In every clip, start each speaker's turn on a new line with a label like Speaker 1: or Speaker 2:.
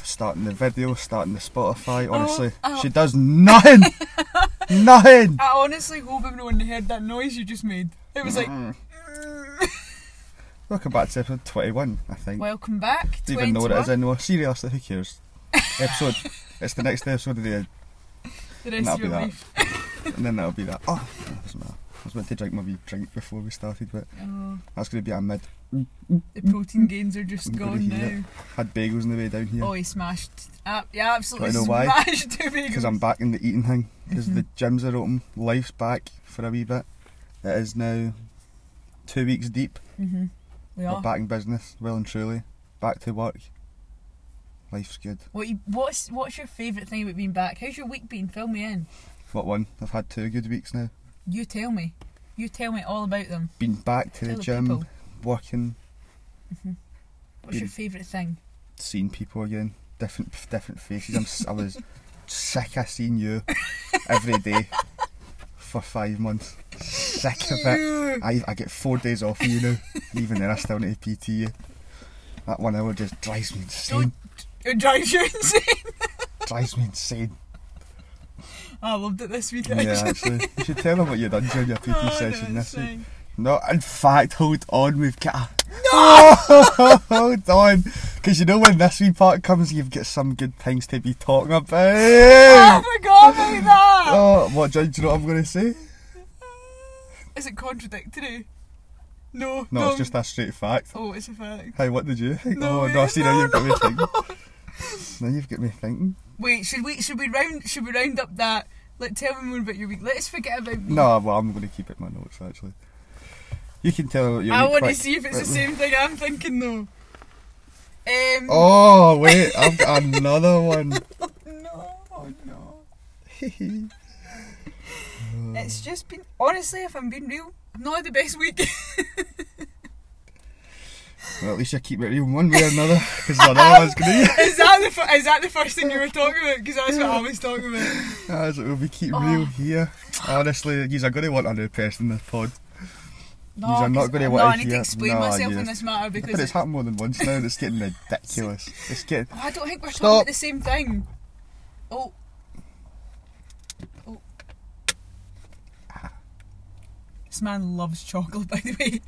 Speaker 1: starting the video, starting the Spotify.
Speaker 2: Oh,
Speaker 1: Honestly,
Speaker 2: oh.
Speaker 1: she does nothing, nothing.
Speaker 2: I honestly hope everyone heard that noise you just made. It was like.
Speaker 1: Mm. Welcome back to episode twenty-one. I think.
Speaker 2: Welcome back.
Speaker 1: Don't even know what it is
Speaker 2: 21.
Speaker 1: anymore. Seriously, who cares? episode. It's the next episode of the,
Speaker 2: The rest
Speaker 1: That'll
Speaker 2: of your
Speaker 1: be that.
Speaker 2: life.
Speaker 1: and then that'll be that. Oh, that doesn't matter. I was meant to drink my wee drink before we started, but
Speaker 2: Oh,
Speaker 1: that's going to be a mid. Mm-hmm.
Speaker 2: the protein gains are just
Speaker 1: I'm gonna
Speaker 2: gone
Speaker 1: heat it
Speaker 2: now.
Speaker 1: Had bagels on the way down here.
Speaker 2: Oh, he smashed. Uh, yeah, absolutely
Speaker 1: Do I know why?
Speaker 2: smashed two bagels. Mm-hmm.
Speaker 1: because I'm back in the eating thing because the gyms are open. Life's back for a wee bit. It is now two weeks deep.
Speaker 2: hmm We
Speaker 1: We're
Speaker 2: are.
Speaker 1: back in business, well and truly. Back to work. Life's good.
Speaker 2: What you, what's what's your favourite thing about being back? How's your week been? Fill me in.
Speaker 1: What one? I've had two good weeks now.
Speaker 2: You tell me. You tell me all about them.
Speaker 1: Been back to the
Speaker 2: Tell the
Speaker 1: gym,
Speaker 2: people.
Speaker 1: working,
Speaker 2: What's your
Speaker 1: Been-
Speaker 2: favourite thing?
Speaker 1: seeing people again, different different faces. I'm, s- I was sick of seeing you every day for five months. Sick of it.
Speaker 2: You.
Speaker 1: I, I get four days off of you now. and Even then, I still need to PT you. That one hour just drives me insane.
Speaker 2: It drives you insane.
Speaker 1: drives me insane.
Speaker 2: I loved it this week.
Speaker 1: Yeah,
Speaker 2: actually.
Speaker 1: actually. You should tell them what you've done during your PT
Speaker 2: Oh, no,
Speaker 1: session
Speaker 2: it's
Speaker 1: this week.
Speaker 2: fine.
Speaker 1: No, in fact, hold on, we've got No! hold on. Because you know when this wee part comes, you've got some good things to be talking
Speaker 2: Oh
Speaker 1: about.
Speaker 2: my god, about that!
Speaker 1: oh, what, do you do you know what I'm going to say?
Speaker 2: Is it contradictory? No.
Speaker 1: No, it's just a straight fact.
Speaker 2: Oh, it's a fact.
Speaker 1: Hey, what did you think?
Speaker 2: No,
Speaker 1: oh, no,
Speaker 2: man,
Speaker 1: see, now
Speaker 2: no,
Speaker 1: you've got me thinking. Now you've got me thinking.
Speaker 2: Wait, should we should we round should we round up that? Like, tell me more about your week. Let's forget about me.
Speaker 1: No, well, I'm going to keep it in my notes actually. You can tell what you're.
Speaker 2: I want to see if it's the same thing I'm thinking though. Um.
Speaker 1: Oh wait, I've got another one.
Speaker 2: No. Oh no.
Speaker 1: I've Mm.
Speaker 2: It's just been honestly, if I'm being real, I've not had the best week.
Speaker 1: Well, at least you keep it real in one way or another, because the other one's going to.
Speaker 2: is that the fir- is that the first thing you were talking about? Because that's what I was talking about.
Speaker 1: As it will be keep
Speaker 2: Oh.
Speaker 1: real here. Honestly, yous are going to want a new person in this pod.
Speaker 2: No,
Speaker 1: These are not
Speaker 2: 'cause-
Speaker 1: gonna
Speaker 2: no,
Speaker 1: want
Speaker 2: I
Speaker 1: to
Speaker 2: need to
Speaker 1: hear-
Speaker 2: explain
Speaker 1: no,
Speaker 2: myself in
Speaker 1: yes.
Speaker 2: this matter because
Speaker 1: But it's happened more than once now, and it's getting ridiculous. It's getting.
Speaker 2: Oh, I don't think we're talking
Speaker 1: Stop.
Speaker 2: about the same thing. Oh. Oh. This man loves chocolate, by the way.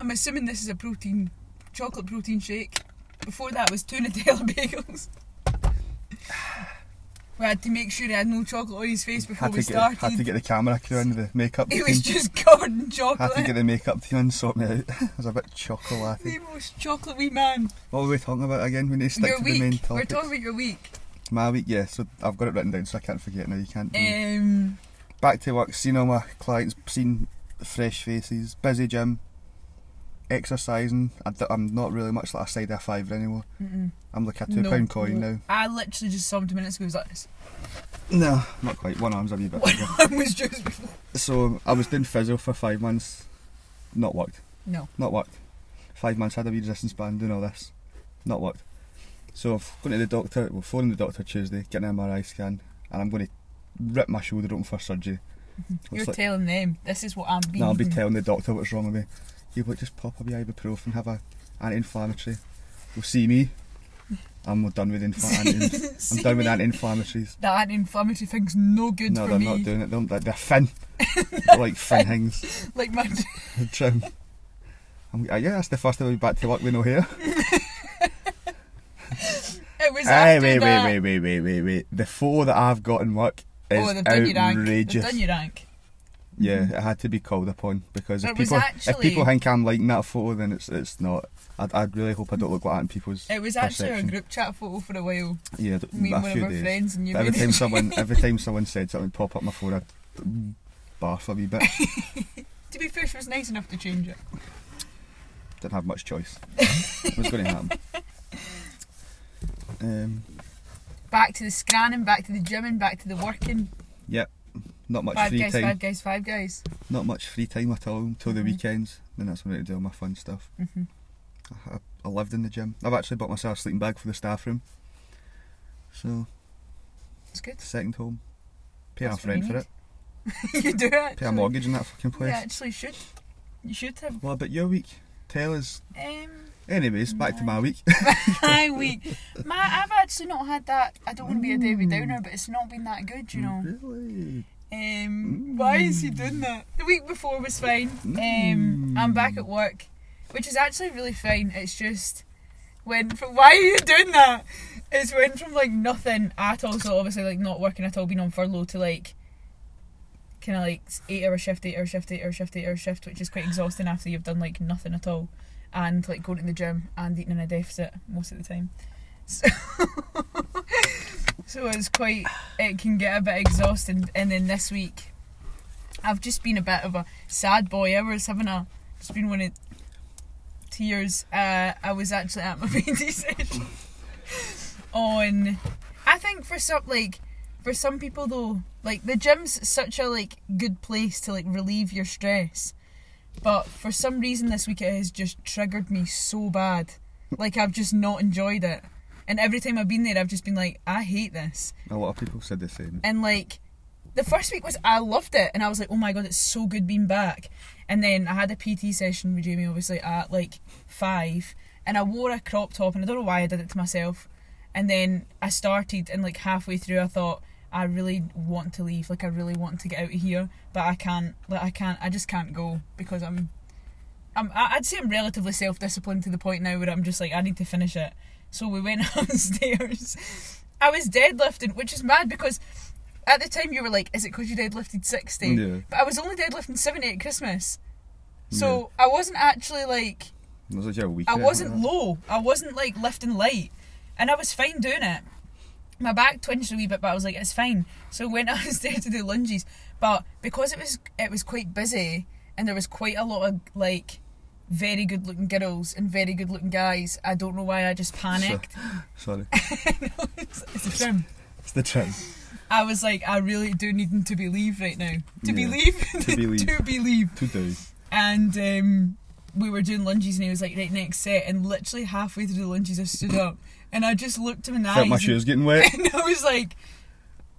Speaker 2: I'm assuming this is a protein, chocolate protein shake. Before that was two Nutella bagels. We had to make sure he had no chocolate on his face before
Speaker 1: Had
Speaker 2: we
Speaker 1: to, get,
Speaker 2: started.
Speaker 1: had to get the camera crew in, the makeup
Speaker 2: He
Speaker 1: team.
Speaker 2: was just covered in
Speaker 1: Had to get
Speaker 2: chocolate.
Speaker 1: the makeup team in, sort me out. I was a bit chocolatey.
Speaker 2: The most chocolate wee man.
Speaker 1: What were we talking about again? We need to stick
Speaker 2: your
Speaker 1: to
Speaker 2: week.
Speaker 1: the main
Speaker 2: We're
Speaker 1: topic.
Speaker 2: talking about your week.
Speaker 1: My week, yeah. So I've got it written down, so I can't forget now. You can't. do me. Mm.
Speaker 2: Um,
Speaker 1: Back to work, seeing all my clients, seeing fresh faces, busy gym, exercising. I d- I'm not really much like a side of fiver anymore.
Speaker 2: mm-mm.
Speaker 1: I'm like a two pound coin
Speaker 2: no.
Speaker 1: now.
Speaker 2: I literally just saw him two minutes ago. He was like, this.
Speaker 1: No, not quite. One arm's a wee bit bigger.
Speaker 2: I was just before.
Speaker 1: so I was doing physio for five months. Not worked.
Speaker 2: No.
Speaker 1: Not worked. Five months had a wee resistance band doing all this. Not worked. So I've gone to the doctor. We're phoning the doctor Tuesday, getting an MRI scan, and I'm going to rip my shoulder open for surgery. Which,
Speaker 2: You're
Speaker 1: like,
Speaker 2: telling them this is what I'm being.
Speaker 1: No, I'll be telling the doctor what's wrong with me. You would just pop a wee ibuprofen, have a anti-inflammatory. You'll see me. I'm done with infla- anti- I'm done with anti-inflammatories.
Speaker 2: That anti-inflammatory thing's no good
Speaker 1: no,
Speaker 2: for
Speaker 1: they're
Speaker 2: me.
Speaker 1: not doing it. They're, they're, they're thin. They're like thin things.
Speaker 2: Like my
Speaker 1: They're trim. um, I'm, uh, yeah, that's the first time I'll be back to work with no hair.
Speaker 2: it was
Speaker 1: Aye,
Speaker 2: after
Speaker 1: Eh, wait,
Speaker 2: that.
Speaker 1: wait, wait, wait, wait, wait, wait. The photo that I've got in work is
Speaker 2: Oh, they've done your rank. They've
Speaker 1: outrageous.
Speaker 2: done your rank.
Speaker 1: Yeah, it had to be called upon because if
Speaker 2: It was
Speaker 1: people if
Speaker 2: actually-
Speaker 1: people think I'm liking that photo, then it's it's not. I I really hope I don't look like that in people's.
Speaker 2: It was actually
Speaker 1: perception.
Speaker 2: a group chat photo for a while.
Speaker 1: Yeah, th-
Speaker 2: Me and
Speaker 1: a
Speaker 2: one of
Speaker 1: few
Speaker 2: our
Speaker 1: days.
Speaker 2: friends, and you.
Speaker 1: But every
Speaker 2: made
Speaker 1: time
Speaker 2: it.
Speaker 1: someone every time someone said something, pop up my phone, I'd barf a wee bit.
Speaker 2: To be fair, she was nice enough to change it.
Speaker 1: Didn't have much choice. it was going to happen. Um,
Speaker 2: Back to the scanning, back to the gym, and back to the working.
Speaker 1: not much
Speaker 2: Five
Speaker 1: free
Speaker 2: guys,
Speaker 1: time.
Speaker 2: five guys, five guys.
Speaker 1: Not much free time at all until the
Speaker 2: Mhm.
Speaker 1: weekends. Then that's when I do all my fun stuff.
Speaker 2: Mm-hmm.
Speaker 1: I, I lived in the gym. I've actually bought myself a sleeping bag for the staff room. So
Speaker 2: It's good.
Speaker 1: second home. Pay
Speaker 2: That's
Speaker 1: half
Speaker 2: what you
Speaker 1: rent for
Speaker 2: need.
Speaker 1: it.
Speaker 2: you do it.
Speaker 1: Pay a mortgage in that fucking
Speaker 2: You
Speaker 1: place.
Speaker 2: actually should. You should have.
Speaker 1: Well, but your week, tell us
Speaker 2: Um,
Speaker 1: Anyways, back to my week.
Speaker 2: My week. My, I've actually not had that. I don't want to be a David Downer, but it's not been that good, you know.
Speaker 1: Really?
Speaker 2: Um, why is he doing that? The week before was fine. Um, I'm back at work, which is actually really fine. It's just when from why are you doing that? It's went from like nothing at all, so obviously like not working at all, being on furlough to like kind of like eight hour shift, eight hour shift, eight hour shift, eight hour shift, which is quite exhausting after you've done like nothing at all, and like going to the gym and eating in a deficit most of the time. So, so it's quite it can get a bit exhausting. And then this week, I've just been a bit of a sad boy. I was having a, it's been one of tears. Uh, I was actually at my painting session on. I think for some like, for some people though, like the gym's such a like good place to like relieve your stress. But for some reason this week it has just triggered me so bad. Like I've just not enjoyed it. And every time I've been there I've just been like, I hate this.
Speaker 1: A lot of people said the same.
Speaker 2: And like the first week was I loved it and I was like, Oh my god, it's so good being back and then I had a PT session with Jamie obviously at like five and I wore a crop top and I don't know why I did it to myself and then I started and like halfway through I thought I really want to leave, like I really want to get out of here, but I can't like I can't I just can't go because I'm I'm I- I'd say I'm relatively self disciplined to the point now where I'm just like I need to finish it. So we went upstairs. I was deadlifting, which is mad because at the time you were like, "Is it because you deadlifted 60?
Speaker 1: Yeah.
Speaker 2: But I was only deadlifting seventy at Christmas, so I wasn't actually like
Speaker 1: It was like a week.
Speaker 2: I wasn't low. I wasn't like lifting light, and I was fine doing it. My back twinged a wee bit, but I was like, it's fine. So I went downstairs to do lunges, but because it was it was quite busy and there was quite a lot of like very good looking girls and very good looking guys, I don't know why I just panicked.
Speaker 1: Sorry.
Speaker 2: it's a shame.
Speaker 1: It's the trend.
Speaker 2: I was like, I really do need to believe right now.
Speaker 1: Yeah.
Speaker 2: To believe,
Speaker 1: To believe.
Speaker 2: to believe.
Speaker 1: To do.
Speaker 2: and um, we were doing lunges, and he was like, "Right, next set." And literally halfway through the lunges, I stood up, and I just looked him in the
Speaker 1: Felt
Speaker 2: eyes,
Speaker 1: my
Speaker 2: and-
Speaker 1: shoes getting wet.
Speaker 2: and I was like,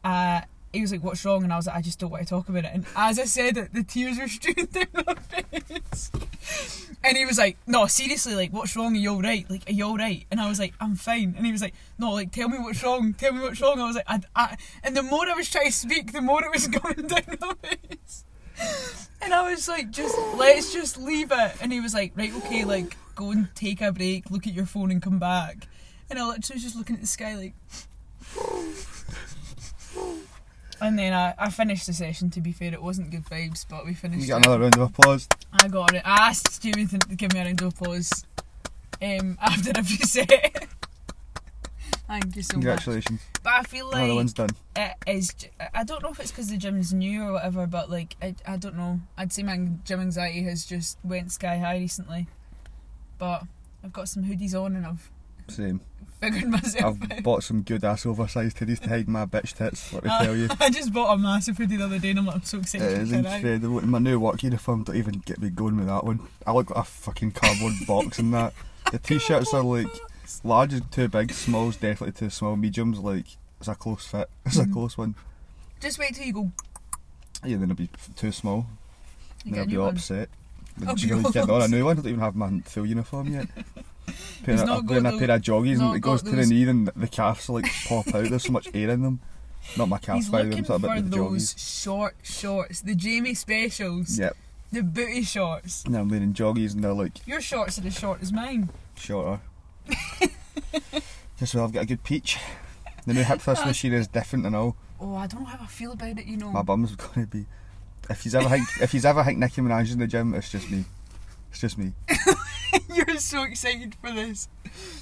Speaker 2: uh, "He was like, what's wrong?" And I was like, "I just don't want to talk about it." And as I said it, the tears were streaming down my face. And he was like, "No, seriously, like, what's wrong? Are you all right? Like, are you all right?" And I was like, "I'm fine." And he was like, "No, like, tell me what's wrong. Tell me what's wrong." I was like, I, I, "And the more I was trying to speak, the more it was going down my face." And I was like, "Just let's just leave it." And he was like, "Right, okay, like, go and take a break, look at your phone, and come back." And I literally was just looking at the sky, like. And then I, I finished the session. To be fair, it wasn't good vibes, but we finished.
Speaker 1: You got
Speaker 2: it.
Speaker 1: another round of applause.
Speaker 2: I got it. I asked Jamie to give me a round of applause um, after every set. Thank you so much.
Speaker 1: Congratulations.
Speaker 2: But I feel
Speaker 1: another
Speaker 2: like
Speaker 1: one's done.
Speaker 2: it is. j- I don't know if it's because the gym's new or whatever, but like I, I don't know. I'd say my gym anxiety has just went sky high recently. But I've got some hoodies on and I've
Speaker 1: Same.
Speaker 2: figured myself out.
Speaker 1: I've bought some good ass oversized titties to hide my bitch tits, let me
Speaker 2: Uh,
Speaker 1: tell you.
Speaker 2: I just bought a massive hoodie the other day and I'm, like, I'm so
Speaker 1: It
Speaker 2: excited.
Speaker 1: is
Speaker 2: to try it out.
Speaker 1: incredible. My new work uniform don't even get me going with that one. I look like a fucking cardboard box in that. The t-shirts are like large is too big, small's definitely too small, medium's like it's a close fit. It's a
Speaker 2: Mhm.
Speaker 1: close one.
Speaker 2: Just wait till you go.
Speaker 1: Yeah, then it'll be f- too small. then
Speaker 2: You get
Speaker 1: I'll
Speaker 2: a
Speaker 1: be
Speaker 2: new one. Oh,
Speaker 1: upset.
Speaker 2: I'll
Speaker 1: But
Speaker 2: be
Speaker 1: you
Speaker 2: all
Speaker 1: really get on a
Speaker 2: upset.
Speaker 1: new one. I don't even have my full uniform yet.
Speaker 2: He's
Speaker 1: Putting a,
Speaker 2: not
Speaker 1: I'm
Speaker 2: got
Speaker 1: wearing a
Speaker 2: the-
Speaker 1: pair of joggies
Speaker 2: not
Speaker 1: and it goes
Speaker 2: got
Speaker 1: to the
Speaker 2: those-
Speaker 1: knee and the calves like pop out. There's so much air in them. Not my calves,
Speaker 2: He's
Speaker 1: by the way.
Speaker 2: looking
Speaker 1: I'm talking
Speaker 2: for
Speaker 1: about the
Speaker 2: those
Speaker 1: joggies.
Speaker 2: short shorts, the Jamie specials,
Speaker 1: Yep.
Speaker 2: the booty shorts.
Speaker 1: And I'm wearing joggies and they're like
Speaker 2: Your shorts are as short as mine.
Speaker 1: shorter. Just so I've got a good peach. The new hip thrust machine is different and all.
Speaker 2: Oh, I don't know how I feel about it. You know,
Speaker 1: My bum's gonna be. If he's ever think, if he's ever think Nicki Minaj in the gym, it's just me. It's just me.
Speaker 2: you're so excited for this.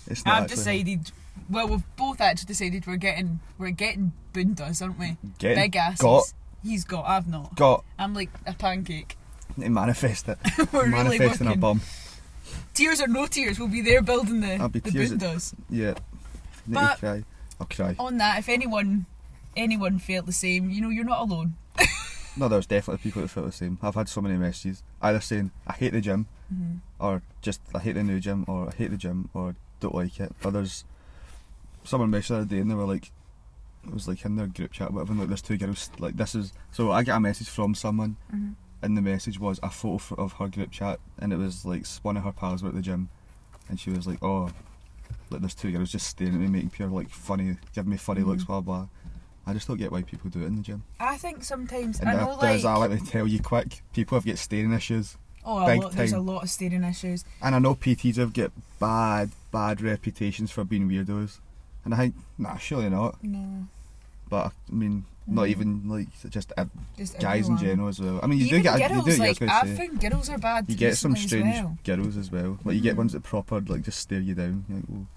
Speaker 1: It's not
Speaker 2: I've
Speaker 1: actually
Speaker 2: decided. Well, we've both actually decided we're getting we're getting bundas, aren't we?
Speaker 1: getting
Speaker 2: Big asses.
Speaker 1: got-
Speaker 2: He's got. I've not.
Speaker 1: got
Speaker 2: I'm like a pancake.
Speaker 1: to manifest it.
Speaker 2: we're really
Speaker 1: Manifesting a
Speaker 2: working.
Speaker 1: bum.
Speaker 2: Tears or no tears, we'll be there building the
Speaker 1: I'll be
Speaker 2: the
Speaker 1: tears at-
Speaker 2: bundas.
Speaker 1: Yeah. Need
Speaker 2: But-
Speaker 1: to cry. I'll cry.
Speaker 2: On that, if anyone anyone felt the same, you know, you're not alone.
Speaker 1: No, there's definitely people that feel the same. I've had so many messages either saying I hate the gym,
Speaker 2: Mhm.
Speaker 1: or just I hate the new gym, or I hate the gym, or don't like it. Others, someone messaged the other day and they were like, it was like in their group chat, or whatever. And like, there's two girls. Like this is so I get a message from someone,
Speaker 2: Mhm.
Speaker 1: and the message was a photo fr- of her group chat, and it was like s- one of her pals were at the gym, and she was like, "Oh, like there's two girls just staring at me, making pure like funny, giving me funny looks,
Speaker 2: Mhm.
Speaker 1: blah blah." I just don't get why people do it in the gym.
Speaker 2: I think sometimes
Speaker 1: And
Speaker 2: I
Speaker 1: that-
Speaker 2: know
Speaker 1: there's,
Speaker 2: like
Speaker 1: I like to tell you quick, people have got staring issues,
Speaker 2: oh a
Speaker 1: big
Speaker 2: lot, there's a
Speaker 1: time.
Speaker 2: lot of staring issues.
Speaker 1: and I know PTs have got bad, bad reputations for being weirdos, and I think nah, surely not.
Speaker 2: No,
Speaker 1: But I mean, not
Speaker 2: Mhm.
Speaker 1: even like just uh,
Speaker 2: just
Speaker 1: guys in
Speaker 2: everyone.
Speaker 1: general as well. I mean, you
Speaker 2: Even
Speaker 1: do get
Speaker 2: girls,
Speaker 1: you do
Speaker 2: like
Speaker 1: get, I was
Speaker 2: I've
Speaker 1: gonna say,
Speaker 2: found girls are bad.
Speaker 1: you get some
Speaker 2: recently
Speaker 1: strange
Speaker 2: As well.
Speaker 1: girls as well. Like you get
Speaker 2: Mhm.
Speaker 1: ones that proper like just stare you down. You're Like, oh, well,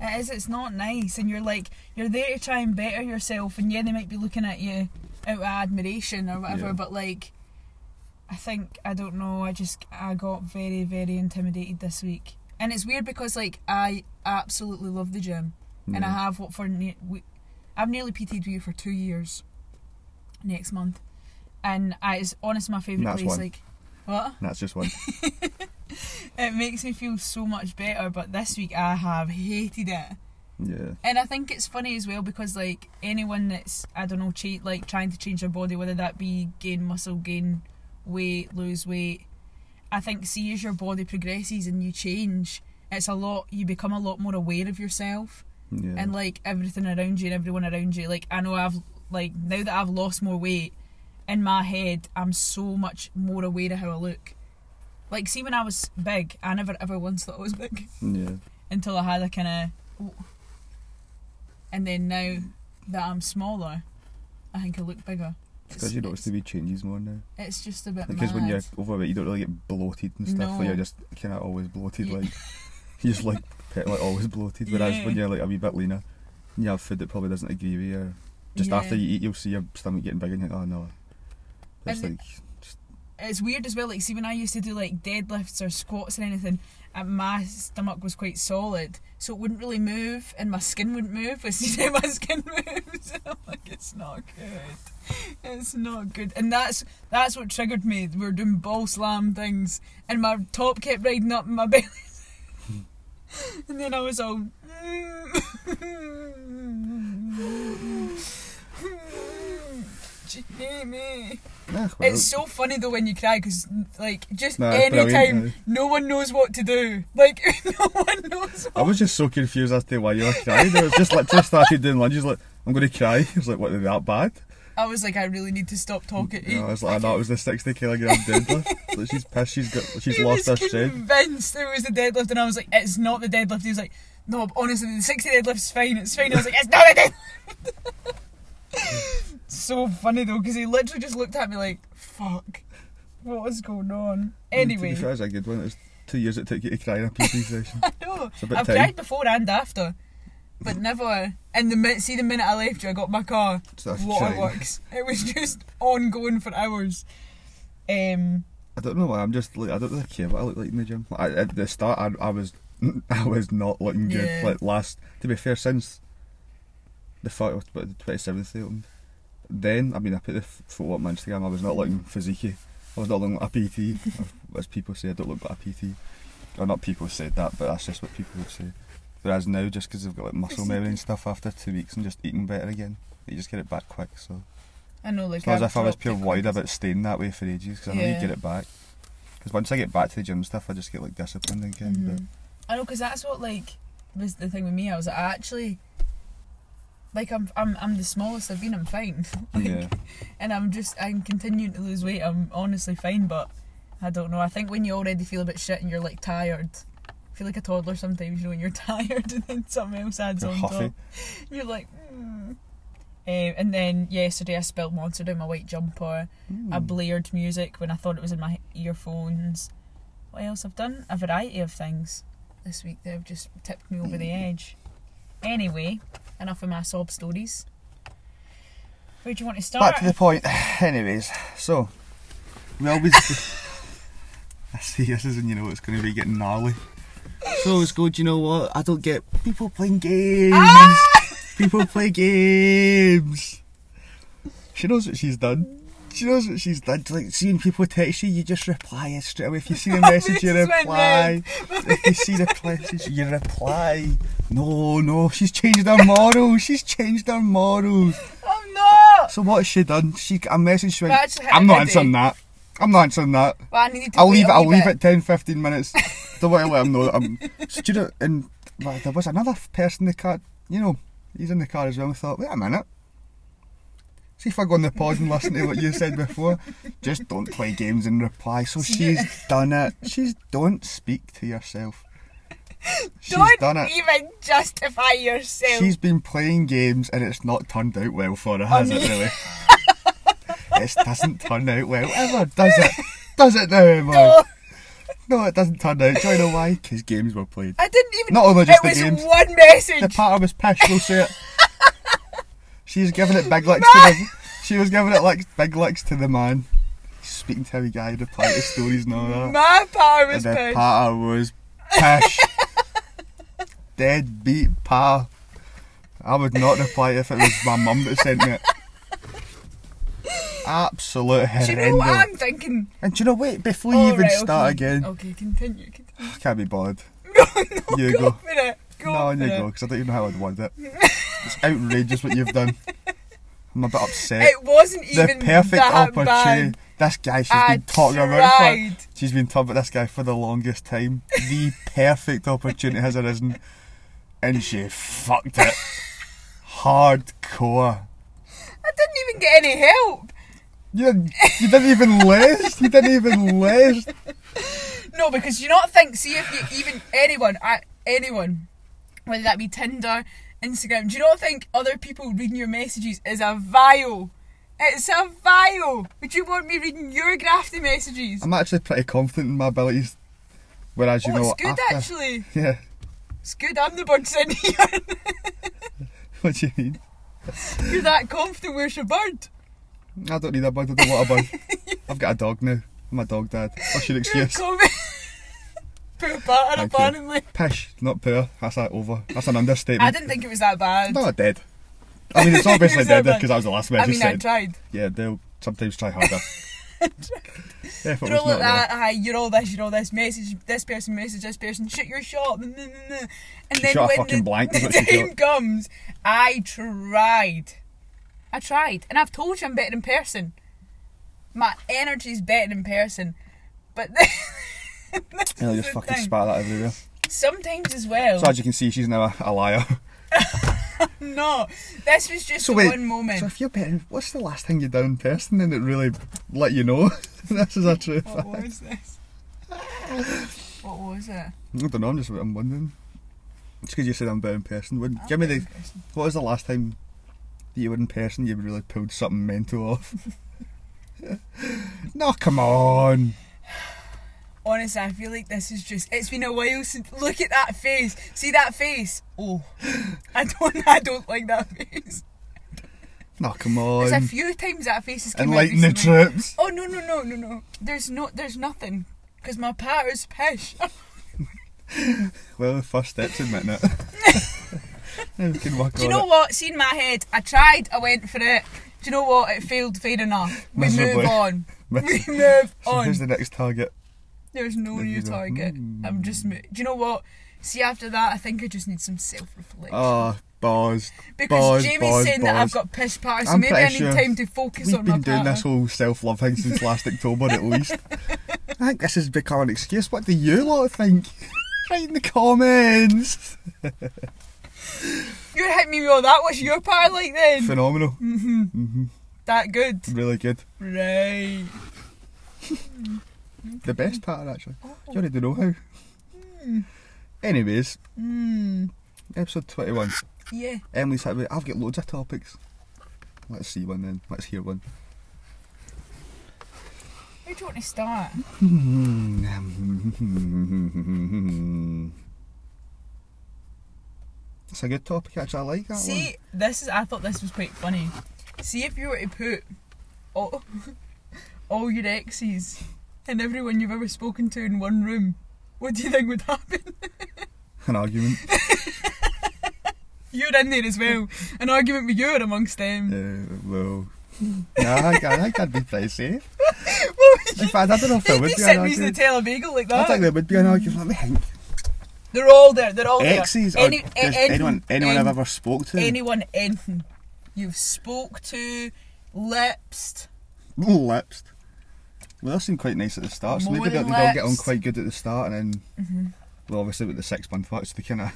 Speaker 2: It is. It's not nice, and you're like you're there to try and better yourself, and yeah, they might be looking at you out of admiration or whatever,
Speaker 1: Yeah.
Speaker 2: but like. I think I don't know. I just I got very very intimidated this week, and it's weird because like I absolutely love the gym, and I
Speaker 1: no.
Speaker 2: have what for ne- we, I've nearly PT'd you for two years. Next month, and I, it's honestly my favorite
Speaker 1: That's
Speaker 2: place.
Speaker 1: one.
Speaker 2: Like, what?
Speaker 1: And that's just one.
Speaker 2: It makes me feel so much better. But this week I have hated it.
Speaker 1: yeah.
Speaker 2: And I think it's funny as well because like anyone that's I don't know cha- like trying to change their body, whether that be gain muscle, gain weight, lose weight, I think see as your body progresses and you change, it's a lot. You become a lot more aware of yourself
Speaker 1: Yeah.
Speaker 2: and like everything around you and everyone around you. Like I know I've like now that I've lost more weight, in my head I'm so much more aware of how I look. Like see when I was big, I never ever once thought I was big
Speaker 1: yeah.
Speaker 2: until I had a kind of, and then now that I'm smaller, I think I look bigger.
Speaker 1: Because you notice the wee changes more now.
Speaker 2: it's just a bit
Speaker 1: Because
Speaker 2: mad.
Speaker 1: when you're overweight, you don't really get bloated and stuff.
Speaker 2: No.
Speaker 1: Like you're just kind of always bloated.
Speaker 2: Yeah.
Speaker 1: Like you just like pe- like always bloated. Whereas when
Speaker 2: Yeah.
Speaker 1: you're like a wee bit leaner, and you have food that probably doesn't agree with you. Or just
Speaker 2: Yeah.
Speaker 1: after you eat, you'll see your stomach getting big and you think, oh no. It's
Speaker 2: And
Speaker 1: like
Speaker 2: it's weird as well. Like see when I used to do like deadlifts or squats or anything, and my stomach was quite solid, so it wouldn't really move, and my skin wouldn't move. But see now my skin moves, and I'm like, it's not good. It's not good, and that's that's what triggered me. We were doing ball slam things, and my top kept riding up in my belly, and then I was all. Jamie.
Speaker 1: eh, well,
Speaker 2: It's so funny though when you cry because like just
Speaker 1: Nah,
Speaker 2: any
Speaker 1: brilliant,
Speaker 2: time
Speaker 1: eh?
Speaker 2: no one knows what to do. Like no one knows.
Speaker 1: I was just so confused as to why you were crying. I was just like just started doing lunges like I'm gonna cry. I was like, what? They're that bad?
Speaker 2: I was like, I really need to stop talking.
Speaker 1: You know, I was like, I know it was the 60 kilogram deadlift. Like, she's pissed. She's got. She's
Speaker 2: he
Speaker 1: lost her
Speaker 2: was
Speaker 1: strength.
Speaker 2: convinced it was the deadlift, and I was like, it's not the deadlift. He was like, no, honestly, the sixty deadlift's fine. It's fine. I was like, it's not the deadlift. so funny though because he literally just looked at me like, fuck, what is going on?
Speaker 1: to
Speaker 2: Anyway,
Speaker 1: be fair, it's a good one. It was two years it took you to cry in a PT session.
Speaker 2: I know.
Speaker 1: It's a bit
Speaker 2: I've
Speaker 1: tight.
Speaker 2: cried before and after, but never. And the minute, see, the minute I left you, I got my car.
Speaker 1: So that's trying.
Speaker 2: Waterworks. It was just ongoing for hours. Um,
Speaker 1: I don't know why. I'm just like I don't really care what I look like in the gym. I, at the start, I, I was I was not looking good.
Speaker 2: Yeah.
Speaker 1: Like last, to be fair, since the foot, but the 27th they opened. Then I mean, I put the f- photo up on my Instagram. I was not looking physique. I was not looking like a PT. As people say, I don't look like a PT. Or not people said that, but that's just what people would say. Whereas now, just because they've got like muscle
Speaker 2: Physique.
Speaker 1: memory and stuff after two weeks and just eating better again, you just get it back quick. So.
Speaker 2: I know, like
Speaker 1: It's not as
Speaker 2: I've
Speaker 1: if I was
Speaker 2: dropped
Speaker 1: pure
Speaker 2: it
Speaker 1: worried
Speaker 2: quite-
Speaker 1: about staying that way for ages because I know
Speaker 2: Yeah.
Speaker 1: you get it back. Because once I get back to the gym and stuff, I just get like disciplined again.
Speaker 2: Mhm. I know, because that's what like was the thing with me. I was like, I actually, like I'm, I'm, I'm the smallest I've been. I'm fine,
Speaker 1: But
Speaker 2: Like,
Speaker 1: yeah,
Speaker 2: and I'm just, I'm continuing to lose weight. I'm honestly fine, but I don't know. I think when you already feel a bit shit and you're like tired. I Feel like a toddler sometimes, you know, when you're tired and then something else adds
Speaker 1: you're
Speaker 2: on top.
Speaker 1: huffy.
Speaker 2: You're like, mm. um, and then yesterday I spilt monster down my white jumper. I blared music when I thought it was in my earphones. What else I've done? A variety of things this week that have just tipped me over the edge. Anyway, enough of my sob stories. Where do you want to start?
Speaker 1: Back to the point. Anyways, so we always. I see this is and you know it's going to be getting gnarly. So it's good. You know what? I don't get people playing games. People play games. She knows what she's done. She knows what she's done. Like seeing people text you, you just reply it straight away. If you see the message, you
Speaker 2: This went
Speaker 1: reply. If you see the message, you reply. No, no, she's changed her morals. She's changed her morals.
Speaker 2: I'm not!
Speaker 1: So what has she done? She I messaged she went,
Speaker 2: That's her
Speaker 1: I'm not
Speaker 2: headache.
Speaker 1: answering that. I'm not answering that.
Speaker 2: Well, I needed to
Speaker 1: I'll
Speaker 2: wait
Speaker 1: leave it.
Speaker 2: a
Speaker 1: I'll
Speaker 2: wee
Speaker 1: leave
Speaker 2: bit.
Speaker 1: it 10, 15 minutes. Don't want to let him know that I'm. So, do you know, and well, there was another f- person in the car. You know, he's in the car as well. And I thought, wait a minute. See if I go on the pod and listen to what you said before. Just don't play games and reply. So
Speaker 2: See,
Speaker 1: she's done it. She's don't speak to yourself. She's
Speaker 2: Don't
Speaker 1: done it.
Speaker 2: even justify yourself.
Speaker 1: She's been playing games and it's not turned out well for her, has it
Speaker 2: mean-
Speaker 1: really? it doesn't turn out well ever, does it? Does it now, Emma?
Speaker 2: No,
Speaker 1: No, it doesn't turn out. Do you know why? Because games were played.
Speaker 2: I didn't even.
Speaker 1: Not only just
Speaker 2: it
Speaker 1: the
Speaker 2: was
Speaker 1: games.
Speaker 2: one
Speaker 1: The
Speaker 2: message.
Speaker 1: pattern was pish, we'll say it. She's giving it big licks to the... She was giving it like big licks to the man. Speaking to every guy, replying to stories and all that.
Speaker 2: My power was
Speaker 1: and the
Speaker 2: pushed.
Speaker 1: patter was pish. Dead beat pa. I would not reply if it was my mum that sent me it. Absolute
Speaker 2: Do you know what
Speaker 1: horrendous.
Speaker 2: I'm thinking?
Speaker 1: And do you know, wait, before you
Speaker 2: All
Speaker 1: even
Speaker 2: right,
Speaker 1: start
Speaker 2: okay. Oh.
Speaker 1: again,
Speaker 2: Okay, continue. continue.
Speaker 1: I can't be bothered.
Speaker 2: No, no,
Speaker 1: You
Speaker 2: go,
Speaker 1: go.
Speaker 2: for it. Go
Speaker 1: no, on
Speaker 2: for
Speaker 1: you
Speaker 2: it.
Speaker 1: go, because I don't even know how I'd word it. It's outrageous what you've done. I'm a bit upset.
Speaker 2: It wasn't
Speaker 1: the
Speaker 2: even
Speaker 1: perfect
Speaker 2: that
Speaker 1: opportunity.
Speaker 2: bad.
Speaker 1: This guy she's
Speaker 2: I
Speaker 1: been talking about
Speaker 2: tried.
Speaker 1: for. She's been talking about this guy for the longest time. The perfect opportunity has arisen, and she fucked it. Hardcore.
Speaker 2: I didn't even get any help.
Speaker 1: You, you didn't even list. You didn't even list.
Speaker 2: No, because you not think. See if you even anyone, I, anyone, whether that be Tinder, Instagram. Do you not think other people reading your messages is a vile? It's a vile. Would you want me reading your grafty messages?
Speaker 1: I'm actually pretty confident in my abilities. Whereas Um, you
Speaker 2: oh,
Speaker 1: know,
Speaker 2: it's good
Speaker 1: after,
Speaker 2: actually.
Speaker 1: yeah.
Speaker 2: It's good. I'm the bird sitting here.
Speaker 1: What do you mean?
Speaker 2: You're that confident. Where's your bird?
Speaker 1: I don't need a bud. I don't want a bud. I've got a dog now. I'm a dog dad. What's your
Speaker 2: You're
Speaker 1: excuse?
Speaker 2: coming. Poor batter,
Speaker 1: Thank you.
Speaker 2: apparently.
Speaker 1: Pish, not poor. That's that over. That's an
Speaker 2: I
Speaker 1: understatement.
Speaker 2: didn't think it was that bad.
Speaker 1: No, dead. I mean, it's obviously
Speaker 2: Is that
Speaker 1: dead
Speaker 2: bad?
Speaker 1: because that was the last
Speaker 2: I
Speaker 1: message
Speaker 2: mean, I
Speaker 1: said.
Speaker 2: tried.
Speaker 1: yeah, they'll sometimes try harder. yeah, if it
Speaker 2: You're
Speaker 1: was
Speaker 2: all
Speaker 1: not there.
Speaker 2: like that, aye, you're all this, you're all this, message this person, message this person, shoot your shot, mm, mm, mm, mm. and
Speaker 1: She
Speaker 2: then
Speaker 1: shot a
Speaker 2: when
Speaker 1: fucking
Speaker 2: the,
Speaker 1: blank,
Speaker 2: the
Speaker 1: that's what she
Speaker 2: time comes, I tried. I tried, and I've told you I'm better in person. My energy's better in person, but this, this
Speaker 1: Yeah, they
Speaker 2: is
Speaker 1: just
Speaker 2: the
Speaker 1: fucking
Speaker 2: thing.
Speaker 1: spat that everywhere.
Speaker 2: Sometimes as well.
Speaker 1: So as you can see, she's now a, a liar.
Speaker 2: no, this was just
Speaker 1: So
Speaker 2: the
Speaker 1: wait,
Speaker 2: one moment.
Speaker 1: so if you're betting, what's the last thing you done in person and it really let you know this is a truth?
Speaker 2: what was this? what was it?
Speaker 1: I don't know. I'm just I'm wondering. It's because you said I'm better in person. Would, give me the what was the last time that you were in person you really pulled something mental off? no, come on.
Speaker 2: Honestly, I feel like this is just. It's been a while since. Look at that face. See that face. Oh, I don't. I don't like that face.
Speaker 1: No, come
Speaker 2: There's a
Speaker 1: on.
Speaker 2: few times that face has come
Speaker 1: Um,
Speaker 2: out
Speaker 1: Enlighten the
Speaker 2: recently.
Speaker 1: troops.
Speaker 2: Oh no no no no no. There's no. There's nothing. Cause my patter's pish.
Speaker 1: Well, the first step's admitting it. now we can work
Speaker 2: Do you
Speaker 1: on
Speaker 2: know
Speaker 1: it.
Speaker 2: what? See in my head, I tried. I went for it. Do you know what? It failed. Fair enough. We
Speaker 1: Miserably.
Speaker 2: move on. We
Speaker 1: Miss-
Speaker 2: move
Speaker 1: so
Speaker 2: on.
Speaker 1: here's the next target.
Speaker 2: There's no
Speaker 1: Then
Speaker 2: new
Speaker 1: you go,
Speaker 2: target. I'm just.
Speaker 1: hmm.
Speaker 2: mo- Do you know what? See after that, I think I just need some self-reflection.
Speaker 1: Ah, bars.
Speaker 2: Because
Speaker 1: Bars,
Speaker 2: Jamie's
Speaker 1: bars,
Speaker 2: saying that I've
Speaker 1: bars.
Speaker 2: got pish patter, so
Speaker 1: I'm
Speaker 2: maybe
Speaker 1: pretty
Speaker 2: I need
Speaker 1: sure
Speaker 2: time to focus
Speaker 1: We've
Speaker 2: on
Speaker 1: been
Speaker 2: my
Speaker 1: doing
Speaker 2: patter.
Speaker 1: this whole self-love thing since last October at least. I think this has become an excuse. What do you lot think? Write in the comments.
Speaker 2: You're hitting me with all that. What's your patter like then?
Speaker 1: Phenomenal.
Speaker 2: Mm-hmm.
Speaker 1: Mm-hmm.
Speaker 2: that good.
Speaker 1: Really good.
Speaker 2: Right.
Speaker 1: The best pattern actually.
Speaker 2: Oh.
Speaker 1: Do you already know how?
Speaker 2: Hmm.
Speaker 1: Anyways,
Speaker 2: Mm.
Speaker 1: episode 21.
Speaker 2: Yeah.
Speaker 1: Emily's like, "Wait, I've got loads of topics. Let's see one then. Let's hear one.
Speaker 2: Where do you want to start?
Speaker 1: It's a good topic, actually. I like that
Speaker 2: See, this is. I thought this was quite funny. See if you were to put all, all your exes and everyone you've ever spoken to in one room. What do you think would happen?
Speaker 1: one. An argument.
Speaker 2: You're in there as well. An argument with you amongst them.
Speaker 1: uh, well, nah, I think I think I'd be pretty safe.
Speaker 2: What would
Speaker 1: In fact, I don't know if there
Speaker 2: He'd
Speaker 1: would
Speaker 2: be
Speaker 1: be an
Speaker 2: sitting using the
Speaker 1: argument.
Speaker 2: telebagel like
Speaker 1: I
Speaker 2: that.
Speaker 1: think there would be an argument. Let me think.
Speaker 2: They're all there. They're all
Speaker 1: Exes or
Speaker 2: there. Oh, Any-
Speaker 1: just
Speaker 2: a- anything-
Speaker 1: anyone, anyone
Speaker 2: any-
Speaker 1: I've ever spoke to.
Speaker 2: Anyone, anything. You've spoke to, lipsed,
Speaker 1: Lapsed. Well, that seemed quite nice at the start. So
Speaker 2: More
Speaker 1: maybe they,
Speaker 2: than
Speaker 1: they all get on
Speaker 2: lips.
Speaker 1: quite good at the start, and then
Speaker 2: Mm-hmm.
Speaker 1: well, obviously with the six month watch, they kind of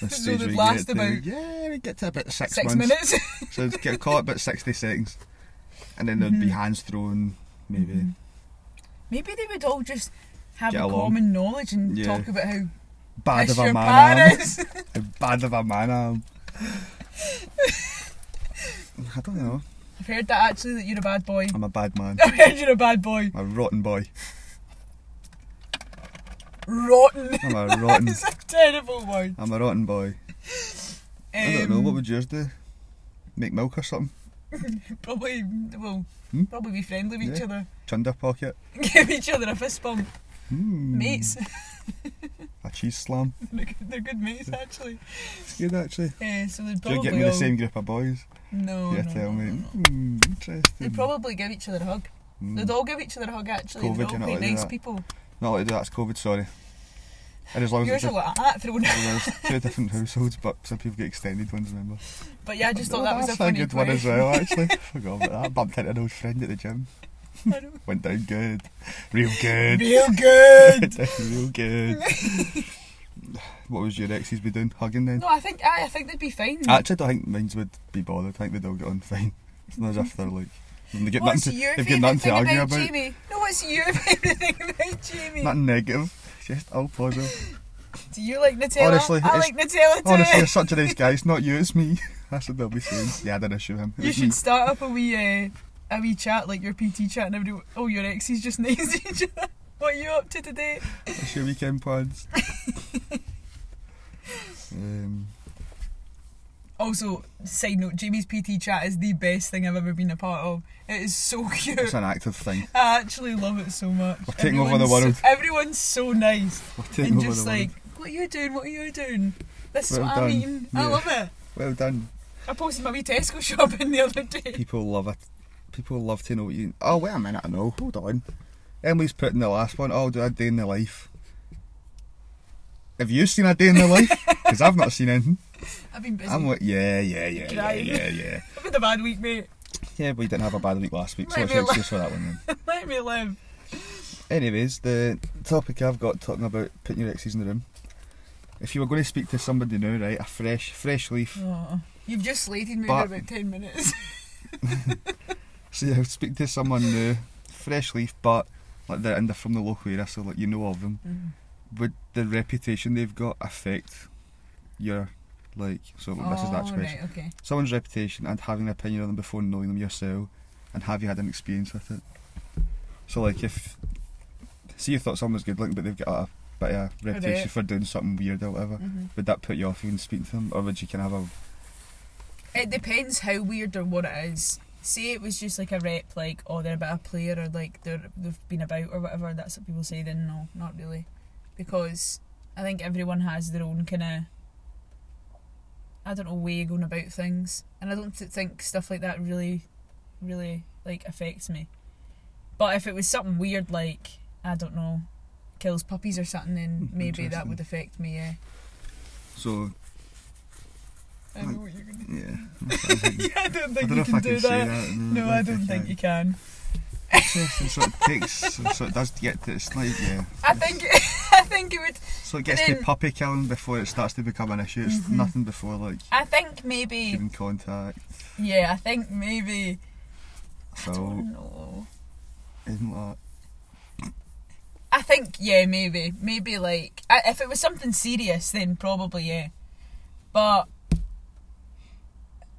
Speaker 1: the
Speaker 2: So
Speaker 1: stage
Speaker 2: they've
Speaker 1: where you
Speaker 2: lasted
Speaker 1: get to,
Speaker 2: about
Speaker 1: yeah, we get to about six,
Speaker 2: Six,
Speaker 1: months.
Speaker 2: minutes.
Speaker 1: So it's get caught about sixty seconds, and then
Speaker 2: Mm-hmm.
Speaker 1: there'd be hands thrown, maybe.
Speaker 2: Mhm. Maybe they would all just have
Speaker 1: Get
Speaker 2: a
Speaker 1: along.
Speaker 2: common knowledge and
Speaker 1: Yeah.
Speaker 2: talk about how
Speaker 1: Bad
Speaker 2: pissed
Speaker 1: of a
Speaker 2: your
Speaker 1: man I am.
Speaker 2: partner is.
Speaker 1: How bad of a man I am. I don't know.
Speaker 2: I've heard that actually that you're a bad boy.
Speaker 1: I'm a bad man.
Speaker 2: I've heard you're a bad boy.
Speaker 1: I'm a rotten boy.
Speaker 2: Rotten.
Speaker 1: I'm a rotten.
Speaker 2: It's a terrible word.
Speaker 1: I'm a rotten boy. I don't know.
Speaker 2: Um,
Speaker 1: What would yours do? Make milk or something?
Speaker 2: probably well
Speaker 1: Hmm?
Speaker 2: probably be friendly with each
Speaker 1: Yeah.
Speaker 2: other.
Speaker 1: Chunder pocket.
Speaker 2: Give each other a fist bump.
Speaker 1: Hmm.
Speaker 2: Mates.
Speaker 1: A cheese slam.
Speaker 2: they're, good, they're good mates actually.
Speaker 1: It's good actually.
Speaker 2: Yeah, so they'd
Speaker 1: Do you
Speaker 2: probably
Speaker 1: get me the
Speaker 2: all-
Speaker 1: same group of boys?
Speaker 2: No,
Speaker 1: yeah,
Speaker 2: no,
Speaker 1: tell
Speaker 2: no,
Speaker 1: me.
Speaker 2: no, no.
Speaker 1: Hmm, interesting.
Speaker 2: They'd probably give each other a hug.
Speaker 1: Hmm.
Speaker 2: They'd all give each other a hug actually.
Speaker 1: Covid,
Speaker 2: They'd all
Speaker 1: you're not
Speaker 2: be
Speaker 1: allowed to do
Speaker 2: nice
Speaker 1: that.
Speaker 2: people.
Speaker 1: Not like that. It's COVID. Sorry. And as long as
Speaker 2: Yours
Speaker 1: it's
Speaker 2: are
Speaker 1: just,
Speaker 2: like that thrown.
Speaker 1: well, there's two different households, but some people get extended ones. Remember?
Speaker 2: But yeah, I just thought
Speaker 1: Oh,
Speaker 2: that was a
Speaker 1: that's
Speaker 2: funny
Speaker 1: good one as
Speaker 2: question.
Speaker 1: well. Actually, forgot about that. Bumped into an old friend at the gym.
Speaker 2: I know.
Speaker 1: Went down good, real good.
Speaker 2: Real good.
Speaker 1: Went down real good. what was your exes be doing? Hugging then?
Speaker 2: no, I think I, I think they'd be fine.
Speaker 1: Actually, I don't think mines would be bothered. I think they'd all get on fine. It's not as if they're like they get
Speaker 2: What's
Speaker 1: nothing.
Speaker 2: your
Speaker 1: To, they've got
Speaker 2: favourite
Speaker 1: nothing to
Speaker 2: thing
Speaker 1: argue
Speaker 2: about,
Speaker 1: about.
Speaker 2: Jamie? No, what's your favourite thing about Jamie?
Speaker 1: Nothing negative. Just all positive.
Speaker 2: Do you like Nutella?
Speaker 1: Honestly,
Speaker 2: I
Speaker 1: it's-
Speaker 2: like Nutella too.
Speaker 1: Honestly, you're such a nice guy. It's not you, it's me. That's what they'll be saying. Yeah, I didn't issue him. It
Speaker 2: you
Speaker 1: was
Speaker 2: should
Speaker 1: me.
Speaker 2: start up a wee uh, a wee chat like your PT chat and everybody. Oh, your exes just nice to each other. What are you up to today?
Speaker 1: What's your weekend plans? um,
Speaker 2: Also, side note: Jamie's PT chat is the best thing I've ever been a part of. It is so
Speaker 1: it's
Speaker 2: cute.
Speaker 1: an active thing.
Speaker 2: I actually love it so much.
Speaker 1: We're taking over the
Speaker 2: Everyone's
Speaker 1: world.
Speaker 2: So, everyone's so nice.
Speaker 1: We're taking
Speaker 2: and
Speaker 1: over
Speaker 2: just
Speaker 1: the
Speaker 2: like,
Speaker 1: world.
Speaker 2: what are you doing? What are you doing? This is
Speaker 1: Well
Speaker 2: what I
Speaker 1: done.
Speaker 2: mean. I
Speaker 1: Yeah.
Speaker 2: love it.
Speaker 1: Well done.
Speaker 2: I posted my wee Tesco shopping the other day.
Speaker 1: People love it. People love to know what you. Oh wait a minute, I know. Hold on. Emily's putting the last one. Oh, do a day in the life. Have you seen a day in the life? Because I've not seen anything.
Speaker 2: I've been busy.
Speaker 1: I'm like, yeah, yeah, yeah, yeah,
Speaker 2: Crying.
Speaker 1: yeah, yeah.
Speaker 2: I've had a bad week, mate.
Speaker 1: Yeah, but you didn't have a bad week last week, so
Speaker 2: Let
Speaker 1: it's
Speaker 2: me
Speaker 1: an excuse for that one. Then.
Speaker 2: Let me live.
Speaker 1: Anyways, the topic I've got talking about putting your exes in the room. If you were going to speak to somebody now, right, a fresh, fresh leaf,
Speaker 2: Oh, you've just slated me
Speaker 1: But-
Speaker 2: for about 10 minutes.
Speaker 1: so you speak to someone new, fresh leaf, but like they're in the, from the local area, so like you know of them. Would the reputation they've got affect your, like, so this is that
Speaker 2: Oh,
Speaker 1: question.
Speaker 2: right, okay.
Speaker 1: Someone's reputation and having an opinion on them before knowing them yourself, and have you had an experience with it? So like if, see you thought someone was good looking, but they've got a bit of a reputation
Speaker 2: Right.
Speaker 1: for doing something weird or whatever.
Speaker 2: Mhm.
Speaker 1: Would that put you off even speaking to them, or would you kind of have a
Speaker 2: It depends how weird or what it is. Say it was just like a rep, like, oh, they're a bit of a player or like they're, they've been about or whatever, that's what people say, then no, not really. Because I think everyone has their own kind of, I don't know, way of going about things. And I don't th- think stuff like that really, really like affects me. But if it was something weird, like, I don't know, kills puppies or something, then
Speaker 1: Hmm,
Speaker 2: maybe that
Speaker 1: interesting.
Speaker 2: would affect me, yeah.
Speaker 1: so
Speaker 2: I know what you're going
Speaker 1: yeah? I don't
Speaker 2: to
Speaker 1: know
Speaker 2: Yeah, I don't think you
Speaker 1: if
Speaker 2: can
Speaker 1: Hmm. I
Speaker 2: do
Speaker 1: can
Speaker 2: that.
Speaker 1: say that.
Speaker 2: No, I don't think you can.
Speaker 1: Interesting. So it takes, so it does get to it's like yeah.
Speaker 2: I think I think it would.
Speaker 1: So it gets
Speaker 2: But
Speaker 1: to
Speaker 2: then-
Speaker 1: puppy killing before it starts to become an issue. It's
Speaker 2: Mhm.
Speaker 1: nothing before like
Speaker 2: I think maybe.
Speaker 1: human contact.
Speaker 2: Yeah, I think maybe. I
Speaker 1: So
Speaker 2: don't know.
Speaker 1: isn't that
Speaker 2: I think yeah, maybe, maybe like I, if it was something serious, then probably yeah. But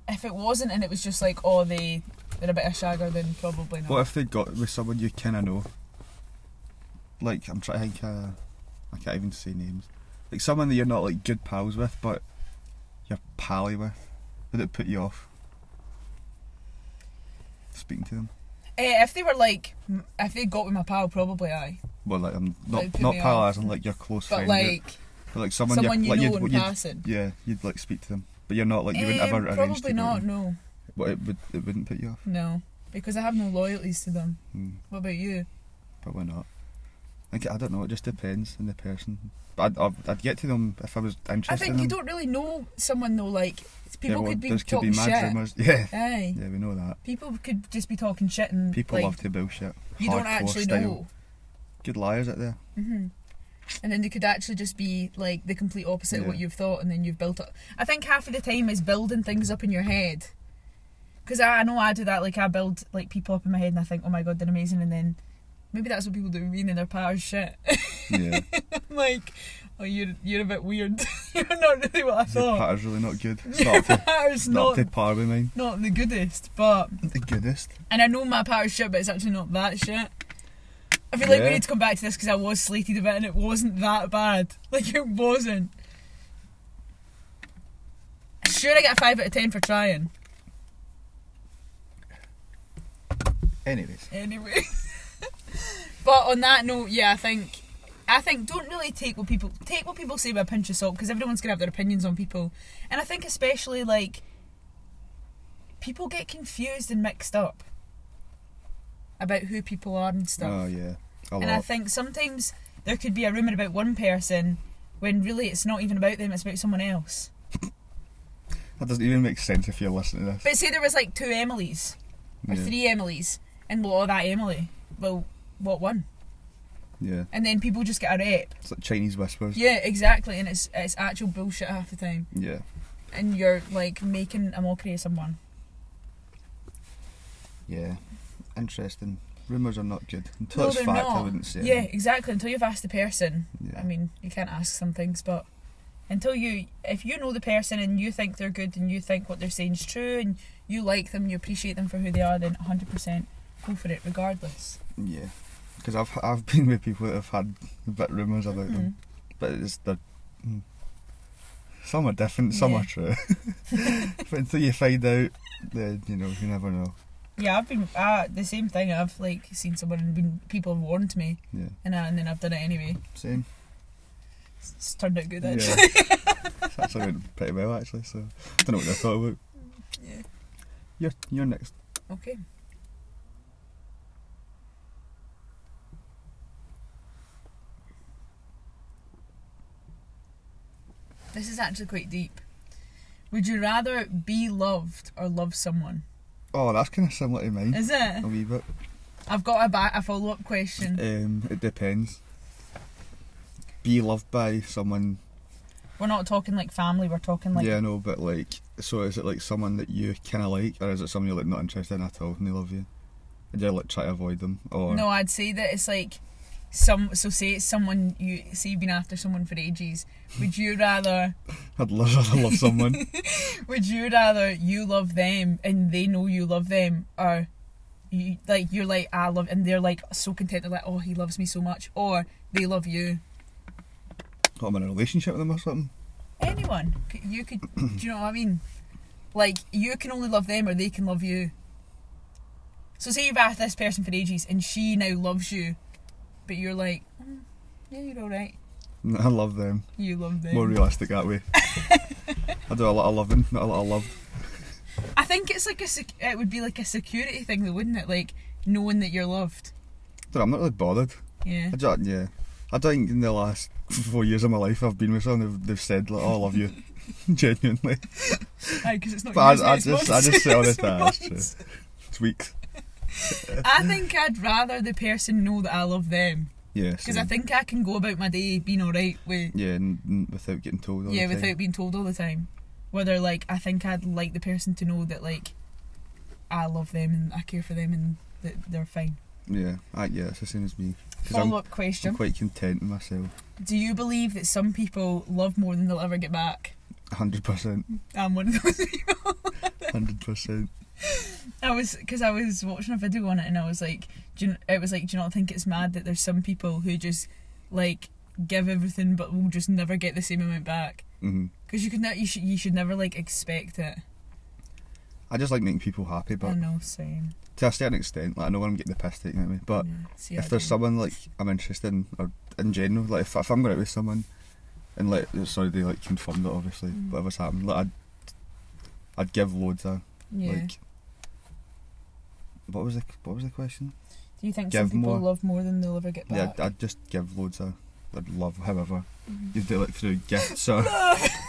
Speaker 2: if it wasn't, and it was just like oh they they're a bit of shagger, then probably not.
Speaker 1: What if they got with someone you kind of know? Like, I'm trying to think, uh, I can't even say names. Like, someone that you're not, like, good pals with, but you're pally with. Would it put you off? Speaking to them?
Speaker 2: Eh, if they were like m- if they got with my pal, probably I.
Speaker 1: Well, like, I'm
Speaker 2: It'd
Speaker 1: not,
Speaker 2: put
Speaker 1: not
Speaker 2: me
Speaker 1: pal
Speaker 2: off.
Speaker 1: as in, like, your close
Speaker 2: But
Speaker 1: friend.
Speaker 2: like
Speaker 1: but, like, someone, you're,
Speaker 2: someone, you
Speaker 1: like,
Speaker 2: know
Speaker 1: you'd,
Speaker 2: in
Speaker 1: you'd,
Speaker 2: passing.
Speaker 1: yeah, you'd, like, speak to them. But you're not, like, you wouldn't
Speaker 2: Eh,
Speaker 1: ever arrange
Speaker 2: probably
Speaker 1: to
Speaker 2: not. No,
Speaker 1: But it, would, it wouldn't put you off.
Speaker 2: no, because I have no loyalties to them.
Speaker 1: Hmm,
Speaker 2: What about you?
Speaker 1: but why not? think I don't know. It just depends on the person. But I'd, I'd, I'd get to them if I was interested.
Speaker 2: I think
Speaker 1: in
Speaker 2: you
Speaker 1: them.
Speaker 2: don't really know someone though. Like people
Speaker 1: well,
Speaker 2: could be
Speaker 1: there's
Speaker 2: talking
Speaker 1: mad
Speaker 2: shit.
Speaker 1: rumours. Yeah,
Speaker 2: Aye.
Speaker 1: yeah, we know that.
Speaker 2: People could just be talking shit and
Speaker 1: People
Speaker 2: like,
Speaker 1: love to bullshit.
Speaker 2: you don't
Speaker 1: Hardcore
Speaker 2: actually
Speaker 1: style.
Speaker 2: know.
Speaker 1: Good liars out there.
Speaker 2: hmm And then they could actually just be like the complete opposite of what
Speaker 1: Yeah.
Speaker 2: you've thought, and then you've built up. I think half of the time is building things up in your head. Because I, I know I do that. Like I build like people up in my head, and I think, oh my god, they're amazing, and then maybe that's what people do, reading their powers shit.
Speaker 1: Yeah,
Speaker 2: I'm like, oh, you're you're a bit weird. you're not really what I
Speaker 1: your
Speaker 2: thought.
Speaker 1: patter's really not good. It's not
Speaker 2: Your
Speaker 1: up to,
Speaker 2: power's
Speaker 1: it's not up
Speaker 2: not
Speaker 1: to par with mine.
Speaker 2: not the goodest, but
Speaker 1: The goodest.
Speaker 2: and I know my power's shit, but it's actually not that shit. I feel like we
Speaker 1: Yeah.
Speaker 2: need to come back to this because I was slated a bit and it wasn't that bad. Like it wasn't. Sure, I get a five out of ten for trying.
Speaker 1: Anyways,
Speaker 2: Anyway, but on that note, yeah, I think I think don't really take what people take what people say with a pinch of salt because everyone's gonna have their opinions on people, and I think especially like people get confused and mixed up about who people are and stuff.
Speaker 1: oh yeah, a
Speaker 2: And I
Speaker 1: lot.
Speaker 2: think sometimes there could be a rumour about one person when really it's not even about them, it's about someone else.
Speaker 1: That doesn't even make sense if you're listening to this.
Speaker 2: But say there was like two Emilys or
Speaker 1: yeah.
Speaker 2: three Emilys, and well, oh, that Emily, well, what one?
Speaker 1: yeah,
Speaker 2: And then people just get a rep.
Speaker 1: it's like Chinese whispers.
Speaker 2: Yeah, exactly, and it's it's actual bullshit half the time,
Speaker 1: yeah.
Speaker 2: and you're like making a mockery of someone.
Speaker 1: Yeah, interesting. Rumours are not good. Until it's
Speaker 2: they're
Speaker 1: fact, I
Speaker 2: not.
Speaker 1: wouldn't say.
Speaker 2: Yeah,
Speaker 1: anything.
Speaker 2: exactly. Until you've asked the person,
Speaker 1: yeah.
Speaker 2: I mean, you can't ask some things, but until you, if you know the person and you think they're good and you think what they're saying is true and you like them, you appreciate them for who they are, then 100% go for it regardless.
Speaker 1: yeah. Because I've I've been with people that have had a bit rumours about
Speaker 2: Mhm.
Speaker 1: them, but it's the mm. some are different, some
Speaker 2: Yeah.
Speaker 1: are true. but until you find out, then you know you never know.
Speaker 2: Yeah, I've been uh, the same thing. I've like seen someone and been people have warned me,
Speaker 1: Yeah,
Speaker 2: and, I, and then I've done it anyway.
Speaker 1: same.
Speaker 2: It's, it's turned out good
Speaker 1: Yeah.
Speaker 2: actually.
Speaker 1: It's actually went pretty well actually. So I don't know what I thought about.
Speaker 2: Yeah.
Speaker 1: You're you're next.
Speaker 2: Okay. This is actually quite deep. Would you rather be loved or love someone?
Speaker 1: Oh, that's kind of similar to mine.
Speaker 2: Is it?
Speaker 1: A wee bit.
Speaker 2: I've got a, ba- a follow up question.
Speaker 1: Um, it depends. Be loved by someone
Speaker 2: We're not talking like family, we're talking like.
Speaker 1: yeah, I know, but like, so is it like someone that you kind of like, or is it someone you're like not interested in at all and they love you? And you like try to avoid them, or
Speaker 2: No, I'd say that it's like some. So say it's someone you. Say you've been after someone for ages. Would you rather.
Speaker 1: I'd love, I'd love someone.
Speaker 2: Would you rather you love them and they know you love them, or you like you're like I love and they're like so content they're like oh he loves me so much, or they love you?
Speaker 1: What, I'm in a relationship with them or something.
Speaker 2: Anyone C- you could do you know what I mean? Like you can only love them or they can love you. So say you've asked this person for ages and she now loves you, but you're like mm, yeah you're all right
Speaker 1: No, I love them.
Speaker 2: you love them.
Speaker 1: More realistic that way. I do a lot of loving, not a lot of love.
Speaker 2: I think it's like a sec- it would be like a security thing though, wouldn't it? Like knowing that you're loved.
Speaker 1: Dude, I'm not really bothered.
Speaker 2: Yeah.
Speaker 1: I just, yeah. I think in the last four years of my life, I've been with someone they've, they've said like, "Oh, I love you," genuinely.
Speaker 2: Aye, 'cause it's not.
Speaker 1: But
Speaker 2: yours,
Speaker 1: I, I
Speaker 2: it's
Speaker 1: just, I
Speaker 2: mine.
Speaker 1: just sit on
Speaker 2: It's
Speaker 1: it. that, That's
Speaker 2: mine.
Speaker 1: true. It's weak.
Speaker 2: I think I'd rather the person know that I love them
Speaker 1: Yeah.
Speaker 2: because I
Speaker 1: same.
Speaker 2: think I can go about my day being alright with
Speaker 1: Yeah, n- n- without getting told. All
Speaker 2: yeah
Speaker 1: the time.
Speaker 2: without being told all the time. Whether like I think I'd like the person to know that like I love them and I care for them and that they're fine.
Speaker 1: Yeah, I, yeah, it's the same as me. Because I'm,
Speaker 2: Follow up question:
Speaker 1: I'm quite content in myself.
Speaker 2: Do you believe that some people love more than they'll ever get back?
Speaker 1: 100%.
Speaker 2: I'm one of those.
Speaker 1: 100%.
Speaker 2: I was because I was watching a video on it and I was like, do you, it was like, do you not think it's mad that there's some people who just like give everything but will just never get the same amount back
Speaker 1: hmm
Speaker 2: because you could not you should you should never like expect it.
Speaker 1: I just like making people happy,
Speaker 2: I
Speaker 1: but
Speaker 2: know, same.
Speaker 1: to a certain extent, like, I know when I'm getting the piss taken out of me. But
Speaker 2: Yeah, see, I
Speaker 1: if there's
Speaker 2: don't-
Speaker 1: someone like I'm interested in, or in general, like if, if I'm going out with someone, and like, sorry, they like confirmed it, obviously,
Speaker 2: Mm.
Speaker 1: whatever's happened, like, I'd, I'd give loads of,
Speaker 2: yeah.
Speaker 1: like, what was the what was the question?
Speaker 2: Do you think
Speaker 1: Give
Speaker 2: some people
Speaker 1: more.
Speaker 2: love more than they'll ever get
Speaker 1: Yeah,
Speaker 2: back?
Speaker 1: I'd just give loads of I'd love, however.
Speaker 2: Mhm.
Speaker 1: You do it through gifts or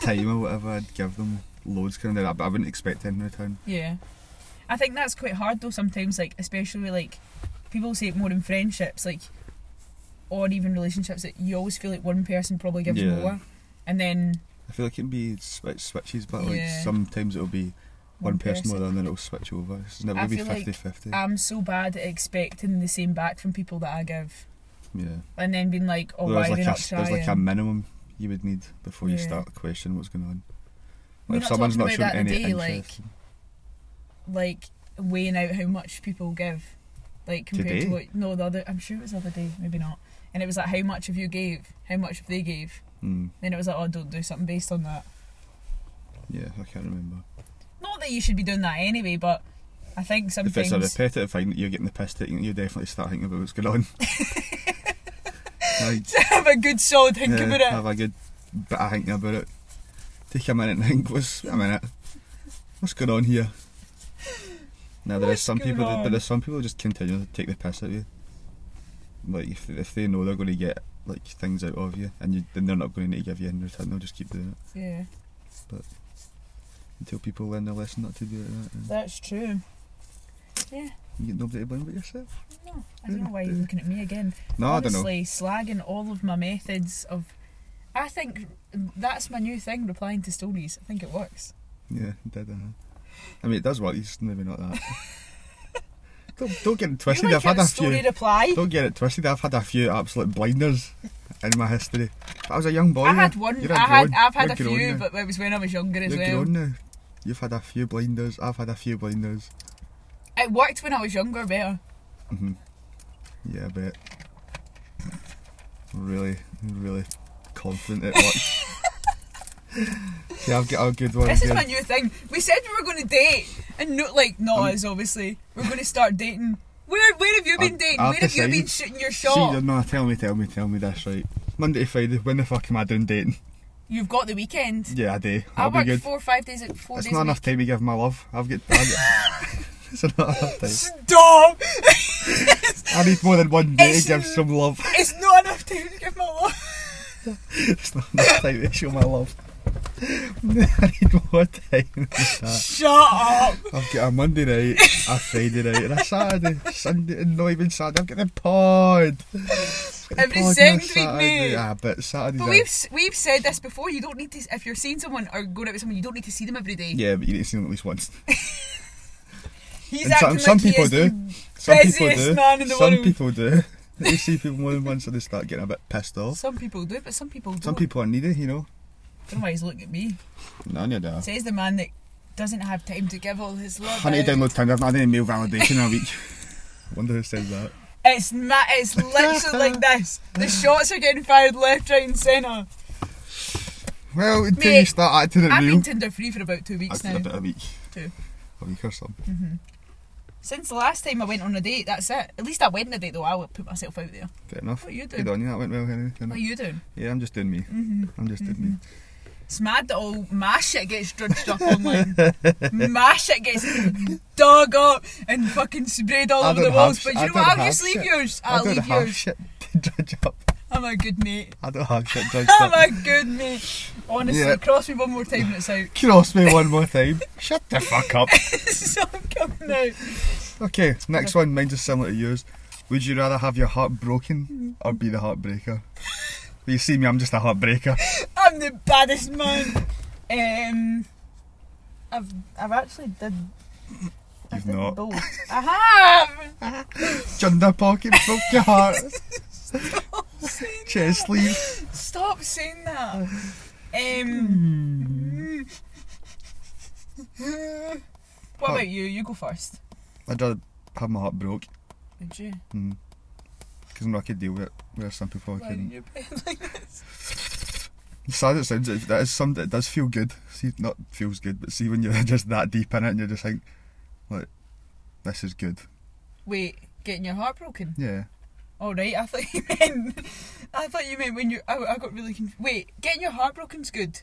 Speaker 1: time or whatever, I'd give them loads kind of I, I wouldn't expect anything in return.
Speaker 2: Yeah. I think that's quite hard though sometimes, like especially like people say it more in friendships, like or even relationships that you always feel like one person probably gives
Speaker 1: Yeah.
Speaker 2: more and then
Speaker 1: I feel like it can be switch, switches, but like
Speaker 2: Yeah.
Speaker 1: sometimes it'll be one,
Speaker 2: one
Speaker 1: person or the other and then it'll switch over. It's never
Speaker 2: I
Speaker 1: gonna be
Speaker 2: feel like
Speaker 1: 50 50.
Speaker 2: I'm so bad at expecting the same back from people that I give.
Speaker 1: yeah.
Speaker 2: And then being like, Oh,
Speaker 1: there's
Speaker 2: why are
Speaker 1: like,
Speaker 2: they
Speaker 1: a,
Speaker 2: not
Speaker 1: s-
Speaker 2: trying?
Speaker 1: there's like a minimum you would need before you
Speaker 2: Yeah.
Speaker 1: start questioning what's going on.
Speaker 2: We're
Speaker 1: Like,
Speaker 2: not
Speaker 1: if someone's not
Speaker 2: talking
Speaker 1: showing
Speaker 2: about that
Speaker 1: any
Speaker 2: today, like,
Speaker 1: interest,
Speaker 2: like weighing out how much people give, like compared
Speaker 1: Today?
Speaker 2: to what no the other. I'm sure it was the other day, maybe not. And it was like how much of you gave, how much of they gave.
Speaker 1: mm,
Speaker 2: Then it was like, oh, don't do something based on that.
Speaker 1: yeah, I can't remember.
Speaker 2: Not that you should be doing that anyway, but I think
Speaker 1: If it's a
Speaker 2: sometimes
Speaker 1: repetitive thing that you're getting the piss taken, you definitely start thinking about what's going on. like,
Speaker 2: have a good solid think
Speaker 1: yeah,
Speaker 2: about it.
Speaker 1: Have a good bit of thinking about it. Take a minute and think, what's, wait a minute, what's going on here? Now there is
Speaker 2: What's
Speaker 1: some
Speaker 2: going
Speaker 1: people, that,
Speaker 2: on?
Speaker 1: but there's some people who just continue to take the piss out of you. Like if, if they know they're going to get like things out of you, and you, then they're not going to need to give you in return, they'll just keep doing it
Speaker 2: Yeah,
Speaker 1: until people learn their lesson not to do that. And
Speaker 2: that's true.
Speaker 1: you get nobody to blame but yourself.
Speaker 2: No, I don't know why you're looking at me again.
Speaker 1: No, Mm. I don't know.
Speaker 2: Honestly, slagging all of my methods of. I think that's my new thing. Replying to stories, I think it works.
Speaker 1: Yeah, it did. Uh-huh. I mean, it does work. It's maybe not that. don't don't get it twisted.
Speaker 2: you like
Speaker 1: I've had
Speaker 2: your
Speaker 1: a few.
Speaker 2: story reply.
Speaker 1: Don't get it twisted. I've had a few absolute blinders in my history. But I was a young boy.
Speaker 2: I had
Speaker 1: you're-
Speaker 2: one.
Speaker 1: you're
Speaker 2: I had.
Speaker 1: grown-
Speaker 2: I've had
Speaker 1: you're
Speaker 2: a
Speaker 1: grown
Speaker 2: few,
Speaker 1: now.
Speaker 2: but it was when I was younger as
Speaker 1: you're
Speaker 2: well.
Speaker 1: grown now. You've had a few blinders. I've had a few blinders.
Speaker 2: It worked when I was younger better.
Speaker 1: hmm Yeah, I bet. Really, really confident it worked. yeah, I've got a good one.
Speaker 2: This is
Speaker 1: here.
Speaker 2: my new thing. We said we were going to date, and no, like not
Speaker 1: Um,
Speaker 2: us, obviously. We're going to start dating. Where Where have you been
Speaker 1: I've-
Speaker 2: dating?
Speaker 1: I've
Speaker 2: where have you been
Speaker 1: decided-
Speaker 2: shooting your
Speaker 1: See,
Speaker 2: shot?
Speaker 1: you're not tell me, tell me, tell me that's right. Monday to Friday, when the fuck am I doing dating?
Speaker 2: You've got the weekend.
Speaker 1: Yeah, I do.
Speaker 2: I
Speaker 1: That'll be
Speaker 2: work
Speaker 1: good.
Speaker 2: four or five days. at Four
Speaker 1: It's
Speaker 2: days.
Speaker 1: not
Speaker 2: a
Speaker 1: enough
Speaker 2: week.
Speaker 1: time to give my love. I've got. I've got it's not enough time.
Speaker 2: Stop!
Speaker 1: I need more than one day
Speaker 2: It's
Speaker 1: to give some love.
Speaker 2: it's not enough time to give my love.
Speaker 1: It's not enough time to show my love. I need more time.
Speaker 2: Shut up!
Speaker 1: I've got a Monday night, a Friday night, and a Saturday, Sunday, and not even Saturday. I've got the pod. I've got the
Speaker 2: Every
Speaker 1: pod on a
Speaker 2: second week,
Speaker 1: Saturday.
Speaker 2: mate.
Speaker 1: Ah, but Saturday's
Speaker 2: But
Speaker 1: a-
Speaker 2: we've s- we've said this before. You don't need to if you're seeing someone or going out with someone. You don't need to see them every day.
Speaker 1: Yeah, but you need to see them at least once.
Speaker 2: He's
Speaker 1: And some,
Speaker 2: acting
Speaker 1: some
Speaker 2: like he
Speaker 1: people
Speaker 2: is
Speaker 1: do.
Speaker 2: the
Speaker 1: Some people
Speaker 2: busiest
Speaker 1: do.
Speaker 2: man in the
Speaker 1: some
Speaker 2: world.
Speaker 1: people do. You see people more than once, and they start getting a bit pissed off.
Speaker 2: Some people do, but some people don't.
Speaker 1: Some people are needy, you know.
Speaker 2: Don't know why he's looking at me.
Speaker 1: None of that.
Speaker 2: Says the man that doesn't have time to give all his love.
Speaker 1: I need to
Speaker 2: out.
Speaker 1: download time. I've not had any mail validation in a week. Wonder who says that.
Speaker 2: It's ma- It's literally like this. The shots are getting fired left, right, and centre.
Speaker 1: Well, until
Speaker 2: Mate,
Speaker 1: you start acting it
Speaker 2: I've
Speaker 1: real,
Speaker 2: been Tinder free for about two weeks
Speaker 1: acting a
Speaker 2: now.
Speaker 1: bit a week,
Speaker 2: Two.
Speaker 1: a week or something.
Speaker 2: Since the last time I went on a date, that's it. At least I went on a date though. I would put myself out there.
Speaker 1: Fair enough.
Speaker 2: What are you
Speaker 1: Good
Speaker 2: doing?
Speaker 1: on you. That went well, Henry. Good
Speaker 2: What are
Speaker 1: enough.
Speaker 2: you Mm-hmm. doing?
Speaker 1: Yeah, I'm just doing me. I'm just doing me.
Speaker 2: It's mad that all my shit gets drudged up online. my shit gets dug up and fucking sprayed all
Speaker 1: I
Speaker 2: over the
Speaker 1: don't have
Speaker 2: walls.
Speaker 1: sh-
Speaker 2: But
Speaker 1: I
Speaker 2: you know
Speaker 1: don't
Speaker 2: what? I'll
Speaker 1: have
Speaker 2: just leave
Speaker 1: shit.
Speaker 2: yours.
Speaker 1: I
Speaker 2: I'll
Speaker 1: don't
Speaker 2: leave
Speaker 1: have
Speaker 2: yours.
Speaker 1: shit to judge up.
Speaker 2: I'm a good mate.
Speaker 1: I don't have shit judged
Speaker 2: I'm
Speaker 1: up.
Speaker 2: a good mate. Honestly,
Speaker 1: Yeah.
Speaker 2: cross me one more time and it's out.
Speaker 1: Cross me one more time. Shut the fuck up.
Speaker 2: so I'm coming out.
Speaker 1: Okay, next one. Mine's is similar to yours. Would you rather have your heart
Speaker 2: Mm-hmm.
Speaker 1: broken or be the heartbreaker? Well, you see me, I'm just a heartbreaker.
Speaker 2: I'm the baddest man. Um, I've I've actually did. I
Speaker 1: You've
Speaker 2: did
Speaker 1: not.
Speaker 2: Both. I have.
Speaker 1: Chunder pocket broke your heart. Chest sleeve.
Speaker 2: Stop saying that. Um.
Speaker 1: Hmm.
Speaker 2: what
Speaker 1: Oh.
Speaker 2: about you? You go first.
Speaker 1: I'd rather have my heart broke
Speaker 2: Would you?
Speaker 1: because I'm not could deal with it. Whereas some people I
Speaker 2: Lie in
Speaker 1: couldn't.
Speaker 2: your bed like this.
Speaker 1: Sad it sounds, it- that is something that does feel good. See, not feels good, but see when you're just that deep in it and you're just like, like, this is good.
Speaker 2: Wait, getting your heart broken?
Speaker 1: Yeah.
Speaker 2: All right, I thought you meant. I thought you meant when you. I, I got really confused. Wait, getting your heart broken's good.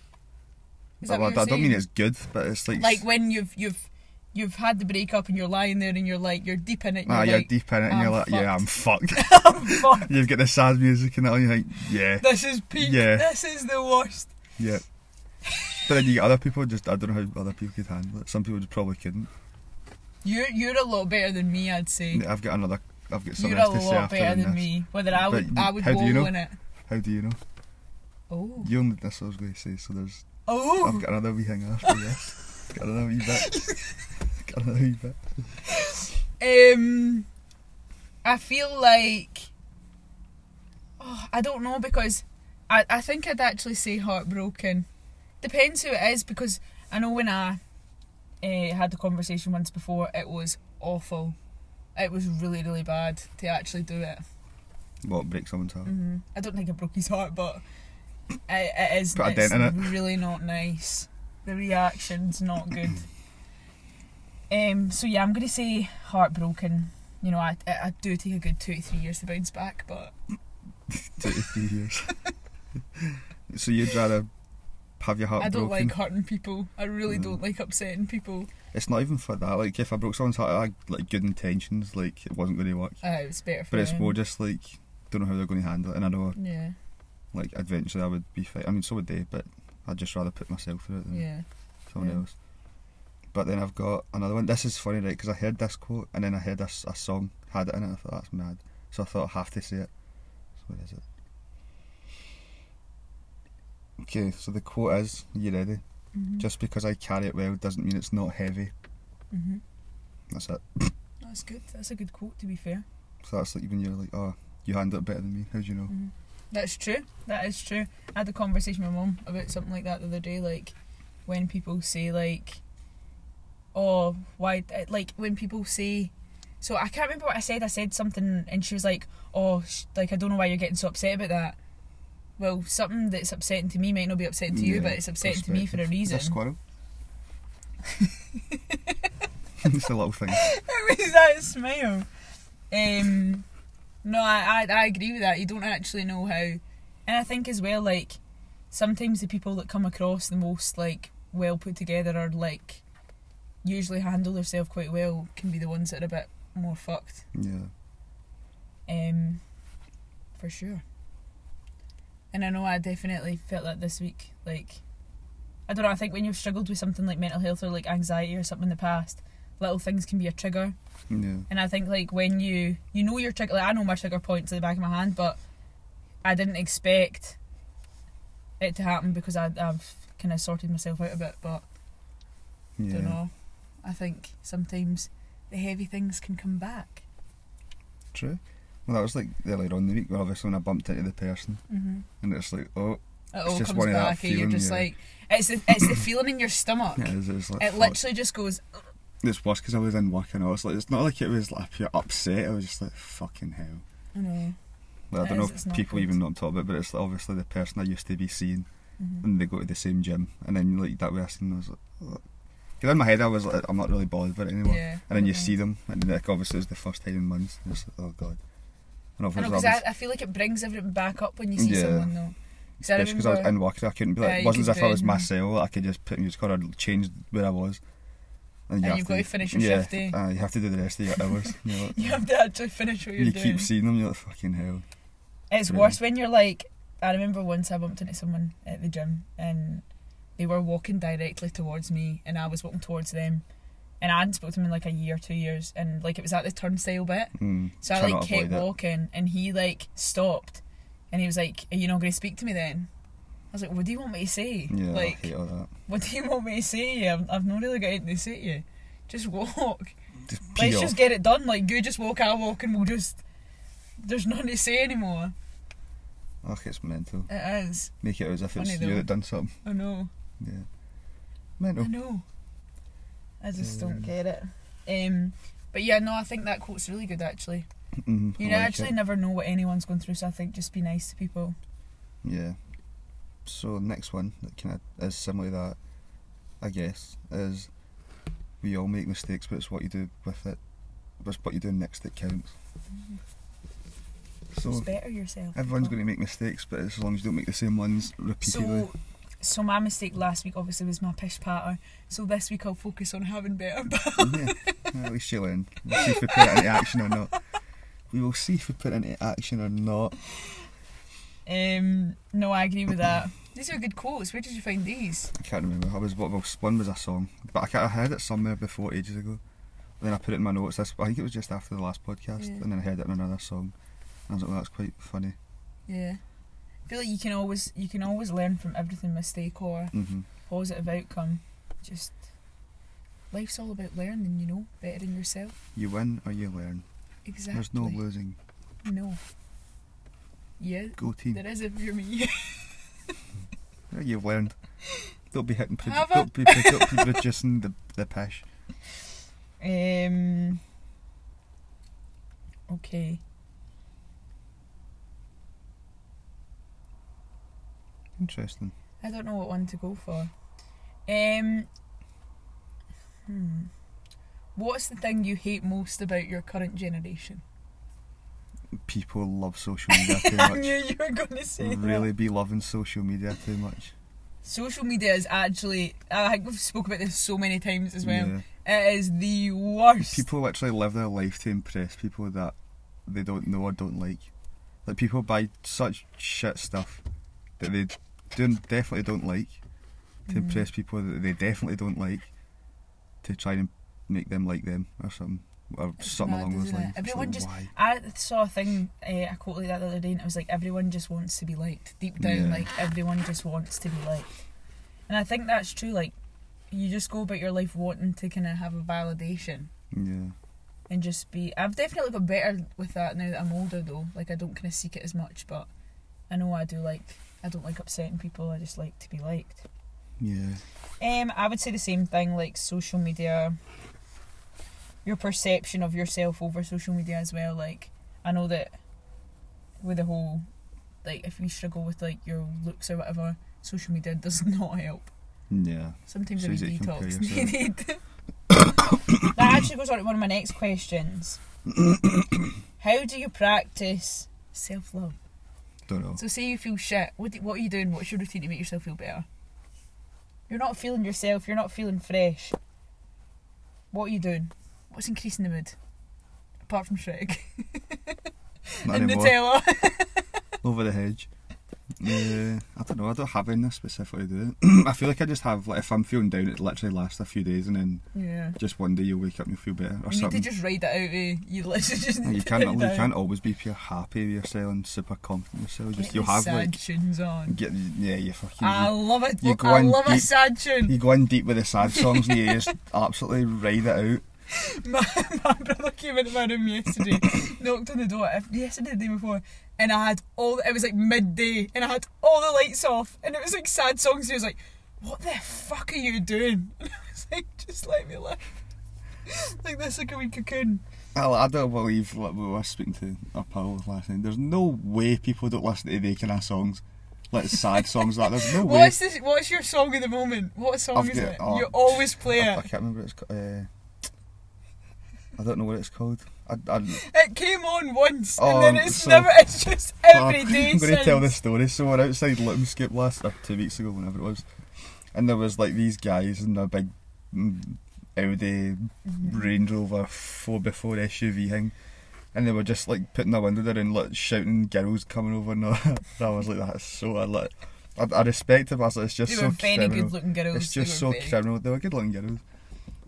Speaker 2: Is that
Speaker 1: Well,
Speaker 2: what
Speaker 1: I
Speaker 2: you're
Speaker 1: don't mean
Speaker 2: saying?
Speaker 1: it's good, but it's like,
Speaker 2: Like when you've you've you've had the breakup and you're lying there and you're like you're deep in it. And
Speaker 1: ah,
Speaker 2: you're
Speaker 1: you're
Speaker 2: like,
Speaker 1: deep in it and
Speaker 2: I'm
Speaker 1: you're like, yeah, I'm fucked.
Speaker 2: Fuck,
Speaker 1: You've got the sad music and that, and you're like, yeah,
Speaker 2: this is peak.
Speaker 1: Yeah.
Speaker 2: This is the worst.
Speaker 1: yeah. But then you get other people, just, I don't know how other people could handle it. Some people just probably couldn't.
Speaker 2: You're you're a lot better than me. I'd say.
Speaker 1: I've got another, I've got something
Speaker 2: You're a
Speaker 1: else to say
Speaker 2: lot
Speaker 1: after
Speaker 2: better than
Speaker 1: this.
Speaker 2: me. Whether I would,
Speaker 1: But
Speaker 2: I would
Speaker 1: how do
Speaker 2: wallow
Speaker 1: you know?
Speaker 2: in it.
Speaker 1: How do you know?
Speaker 2: Oh,
Speaker 1: You only, that's what I was going to say, so there's, I've
Speaker 2: oh,
Speaker 1: got another wee thing after this. got another wee bit. got another wee bit.
Speaker 2: um, I feel like, oh, I don't know because I, I think I'd actually say heartbroken. Depends who it is because I know when I uh, had the conversation once before, it was awful. It was really, really bad to actually do it.
Speaker 1: What, break someone's heart?
Speaker 2: hmm I don't think I broke his heart, but it, it is
Speaker 1: Put a
Speaker 2: it's
Speaker 1: dent in it.
Speaker 2: really not nice. The reaction's not good. um, so yeah, I'm going to say heartbroken. You know, I, I I do take a good two to three years to bounce back, but
Speaker 1: Two to three years. so you'd rather have your heart
Speaker 2: I don't
Speaker 1: broken?
Speaker 2: like hurting people. I really
Speaker 1: Mm.
Speaker 2: don't like upsetting people.
Speaker 1: It's not even for that. Like, if I broke someone's heart, I had like good intentions. Like, it wasn't going to work.
Speaker 2: Uh, it's better for
Speaker 1: But it's
Speaker 2: them.
Speaker 1: more just like don't know how they're going to handle it, and I know
Speaker 2: Yeah,
Speaker 1: like eventually I would be fine. I mean, so would they, but I'd just rather put myself through it than
Speaker 2: yeah.
Speaker 1: someone
Speaker 2: yeah.
Speaker 1: else. But then I've got another one. This is funny, right? Because I heard this quote, and then I heard this a song had it in it. I thought that's mad. So I thought I have to say it. So what is it? Okay, so the quote is: "You ready?
Speaker 2: Mm-hmm.
Speaker 1: Just because I carry it well doesn't mean it's not heavy."
Speaker 2: hmm
Speaker 1: That's it.
Speaker 2: That's good. That's a good quote. To be fair.
Speaker 1: So that's like even you're like, oh, you handle it better than me. How do you know?
Speaker 2: Mhm. That's true. That is true. I had a conversation with my mum about something like that the other day. Like when people say like, "Oh, why?" Like when people say, so I can't remember what I said. I said something, and she was like, "Oh, sh- like I don't know why you're getting so upset about that." Well, something that's upsetting to me might not be upsetting to you,
Speaker 1: Yeah,
Speaker 2: but it's upsetting to me for a
Speaker 1: perspective. Is that
Speaker 2: reason.
Speaker 1: squirrel? it's a little thing.
Speaker 2: It was that smile. Um, no, I, I I agree with that. You don't actually know how, and I think as well, like sometimes the people that come across the most like well put together or like usually handle themselves quite well can be the ones that are a bit more fucked.
Speaker 1: Yeah.
Speaker 2: Um, for sure. And I know I definitely felt that this week. Like, I don't know. I think when you've struggled with something like mental health or like anxiety or something in the past, little things can be a trigger.
Speaker 1: Yeah.
Speaker 2: And I think like when you you know your trigger, like, I know my trigger points at the back of my hand, but I didn't expect it to happen because I, I've kind of sorted myself out a bit. But I don't
Speaker 1: Yeah.
Speaker 2: know. I think sometimes the heavy things can come back.
Speaker 1: True. Well, that was like earlier on in the week where obviously when I bumped into the person
Speaker 2: Mm-hmm.
Speaker 1: and it's like, oh,
Speaker 2: It
Speaker 1: It's
Speaker 2: all
Speaker 1: just
Speaker 2: comes
Speaker 1: one of that
Speaker 2: back, and you're
Speaker 1: feeling,
Speaker 2: just
Speaker 1: yeah.
Speaker 2: like it's the it's the feeling in your stomach.
Speaker 1: it is, it's like,
Speaker 2: It
Speaker 1: fuck.
Speaker 2: literally just goes.
Speaker 1: it's worse because I was in work and I was like, it's not like it was like pure upset. I was just like, fucking hell.
Speaker 2: I know.
Speaker 1: Like, I
Speaker 2: It
Speaker 1: don't
Speaker 2: is, it's
Speaker 1: know
Speaker 2: not
Speaker 1: if people
Speaker 2: good.
Speaker 1: even know what I'm talking about, but it's like, obviously the person I used to be seeing
Speaker 2: Mhm.
Speaker 1: and they go to the same gym and then like that way I seen them, I was like, oh. 'Cause in my head I was like, I'm not really bothered about it anymore.
Speaker 2: Yeah.
Speaker 1: And then you
Speaker 2: I know.
Speaker 1: see them, and like obviously it was the first time in months. And it's like, oh god. And
Speaker 2: I know
Speaker 1: obviously,
Speaker 2: because
Speaker 1: I was,
Speaker 2: I, I feel like it brings everything back up when you see
Speaker 1: Yeah.
Speaker 2: someone though. 'cause I
Speaker 1: especially because I was
Speaker 2: remember-
Speaker 1: in work, I couldn't be
Speaker 2: Yeah,
Speaker 1: like.
Speaker 2: you
Speaker 1: it wasn't as
Speaker 2: could
Speaker 1: if
Speaker 2: do
Speaker 1: I
Speaker 2: it
Speaker 1: was
Speaker 2: and-
Speaker 1: myself. I could just put music on. I'd change where I was.
Speaker 2: And
Speaker 1: have
Speaker 2: you've got to finish your
Speaker 1: yeah,
Speaker 2: shift, eh?
Speaker 1: Uh, you have to do the rest of your hours. you know,
Speaker 2: You have to actually finish what you're
Speaker 1: you
Speaker 2: doing.
Speaker 1: keep seeing them. You're like fucking hell.
Speaker 2: It's
Speaker 1: Really?
Speaker 2: worse when you're like. I remember once I bumped into someone at the gym and they were walking directly towards me and I was walking towards them and I hadn't spoke to him in like a year, two years and like it was at the turnstile bit.
Speaker 1: Mm,
Speaker 2: So
Speaker 1: try
Speaker 2: I
Speaker 1: not
Speaker 2: like
Speaker 1: to avoid
Speaker 2: kept
Speaker 1: it.
Speaker 2: walking and he like stopped and he was like, Are you not gonna speak to me then? I was like, What do you want me to say?
Speaker 1: Yeah,
Speaker 2: like
Speaker 1: I hate all that.
Speaker 2: what do you want me to say? to you? I've, I've not really got anything to say to you. Just walk.
Speaker 1: Just pee
Speaker 2: Let's
Speaker 1: off.
Speaker 2: just get it done. Like you just walk, I walk and we'll just there's nothing to say anymore.
Speaker 1: Ugh, it's mental.
Speaker 2: It is.
Speaker 1: Make it as if it's
Speaker 2: Funny
Speaker 1: you
Speaker 2: though.
Speaker 1: that done something.
Speaker 2: I know.
Speaker 1: Yeah.
Speaker 2: I
Speaker 1: Mental.
Speaker 2: know. I just
Speaker 1: Um,
Speaker 2: don't get it. Um, but yeah, no, I think that quote's really good actually.
Speaker 1: Mm,
Speaker 2: You
Speaker 1: I
Speaker 2: know,
Speaker 1: like
Speaker 2: actually
Speaker 1: it.
Speaker 2: never know what anyone's going through, so I think just be nice to people.
Speaker 1: Yeah. So next one that kind of is similar to that, I guess, is we all make mistakes, but it's what you do with it, but it's what you do next that counts. So
Speaker 2: just better yourself.
Speaker 1: everyone's going to make mistakes, but as long as you don't make the same ones repeatedly,
Speaker 2: So, So my mistake last week obviously was my pish patter. So this week I'll focus on having better.
Speaker 1: yeah. Well, at least she'll end. We'll see if we put it into action or not. We will see if we put it into action or not.
Speaker 2: um, no, I agree with that. These are good quotes. Where did you find these?
Speaker 1: I can't remember. I was what was one was a song, but I, can't, I heard it somewhere before ages ago. Then I put it in my notes. This I think it was just after the last podcast,
Speaker 2: Yeah.
Speaker 1: and then I heard it in another song. And I was like, well, that's quite funny.
Speaker 2: Yeah. I feel like you can always you can always learn from everything mistake or
Speaker 1: hmm
Speaker 2: positive outcome. Just life's all about learning, you know, bettering yourself.
Speaker 1: You win or you learn.
Speaker 2: Exactly.
Speaker 1: There's no losing.
Speaker 2: No. Yeah,
Speaker 1: Go team.
Speaker 2: there is if you're me.
Speaker 1: Yeah, You've learned. Don't be hitting. Produ-
Speaker 2: Have I?
Speaker 1: don't, be, don't be producing the the pish.
Speaker 2: um. Okay.
Speaker 1: Interesting.
Speaker 2: I don't know what one to go for. Um, hmm. What's the thing you hate most about your current generation?
Speaker 1: People love social media too
Speaker 2: I
Speaker 1: much.
Speaker 2: knew you were going to say that.
Speaker 1: really be loving social media too much.
Speaker 2: Social media is actually. I think we've spoke about this so many times as well.
Speaker 1: Yeah.
Speaker 2: It is the worst.
Speaker 1: People literally live their life to impress people that they don't know or don't like. Like people buy such shit stuff that they do definitely don't like to
Speaker 2: Mm.
Speaker 1: impress people that they definitely don't like to try and make them like them or something or
Speaker 2: It's
Speaker 1: something
Speaker 2: mad,
Speaker 1: along those
Speaker 2: isn't it?
Speaker 1: lines. It's
Speaker 2: Everyone
Speaker 1: like,
Speaker 2: just-
Speaker 1: why?
Speaker 2: I saw a thing, uh, a quote like that the other day, and it was like, everyone just wants to be liked. Deep down,
Speaker 1: Yeah.
Speaker 2: like, everyone just wants to be liked. And I think that's true. Like, you just go about your life wanting to kind of have a validation
Speaker 1: Yeah.
Speaker 2: and just be. I've definitely got better with that now that I'm older, though. Like, I don't kind of seek it as much, but I know I do like. I don't like upsetting people, I just like to be liked.
Speaker 1: Yeah.
Speaker 2: Um, I would say the same thing, like social media. Your perception of yourself over social media as well. Like, I know that with the whole, like, if you struggle with like your looks or whatever, social media does not help.
Speaker 1: Yeah.
Speaker 2: Sometimes
Speaker 1: So
Speaker 2: I need
Speaker 1: is it compare
Speaker 2: detox
Speaker 1: yourself?
Speaker 2: needed. that actually goes on to one of my next questions. How do you practice self love?
Speaker 1: Don't know.
Speaker 2: So say you feel shit. What do, what are you doing? What's your routine to make yourself feel better? You're not feeling yourself. You're not feeling fresh. What are you doing? What's increasing the mood? Apart from Shrek
Speaker 1: Not
Speaker 2: and
Speaker 1: anymore.
Speaker 2: Nutella.
Speaker 1: over the hedge. Uh, I don't know. I don't have anything I specifically do. it. I feel like I just have like if I'm feeling down, it literally lasts a few days, and then
Speaker 2: Yeah.
Speaker 1: just one day you'll wake up and you'll feel better or
Speaker 2: You need to
Speaker 1: something.
Speaker 2: just ride that out. Eh? You literally just
Speaker 1: Like,
Speaker 2: need
Speaker 1: you
Speaker 2: to
Speaker 1: can't
Speaker 2: put it
Speaker 1: you
Speaker 2: down.
Speaker 1: can't always be pure happy with yourself and super confident with yourself.
Speaker 2: Get
Speaker 1: Just you'll
Speaker 2: the
Speaker 1: have
Speaker 2: sad
Speaker 1: like
Speaker 2: tunes on.
Speaker 1: get yeah you fucking
Speaker 2: I love it.
Speaker 1: you go
Speaker 2: I
Speaker 1: on
Speaker 2: love a
Speaker 1: deep-
Speaker 2: sad tune.
Speaker 1: you go in deep with the sad songs and you just absolutely ride it out.
Speaker 2: my, my brother came into my room yesterday, knocked on the door if- yesterday, the day before, and I had all. It was like midday, and I had all the lights off, and it was like sad songs. He was like, "What the fuck are you doing?" And I was like, "Just let me live." like that's like a wee cocoon.
Speaker 1: I, I don't believe like, we were speaking to our pal last night. There's no way people don't listen to they kind of songs, like sad songs like that. There's no way.
Speaker 2: What's this? What's your song of the moment? What song
Speaker 1: I've
Speaker 2: is
Speaker 1: got-
Speaker 2: it?
Speaker 1: oh,
Speaker 2: you always play
Speaker 1: I, I
Speaker 2: it.
Speaker 1: can't remember what it's called. Uh, I don't know what it's called. I, I,
Speaker 2: It came on once,
Speaker 1: Oh,
Speaker 2: and then it's
Speaker 1: so-
Speaker 2: never. It's just every
Speaker 1: Oh,
Speaker 2: day
Speaker 1: I'm going to tell
Speaker 2: since.
Speaker 1: this story. So we're outside Lipscombe last or two weeks ago, whenever it was, and there was like these guys in a big mm, Audi
Speaker 2: Mm-hmm.
Speaker 1: Range Rover four before SUV thing, and they were just like putting their window down and like shouting girls coming over and all. that. I was like, that's so I like. I, I respect it, but I was like, it's just
Speaker 2: They
Speaker 1: so
Speaker 2: were very
Speaker 1: criminal.
Speaker 2: good looking girls.
Speaker 1: It's
Speaker 2: They
Speaker 1: just
Speaker 2: were
Speaker 1: so
Speaker 2: very-
Speaker 1: criminal. They were good looking girls.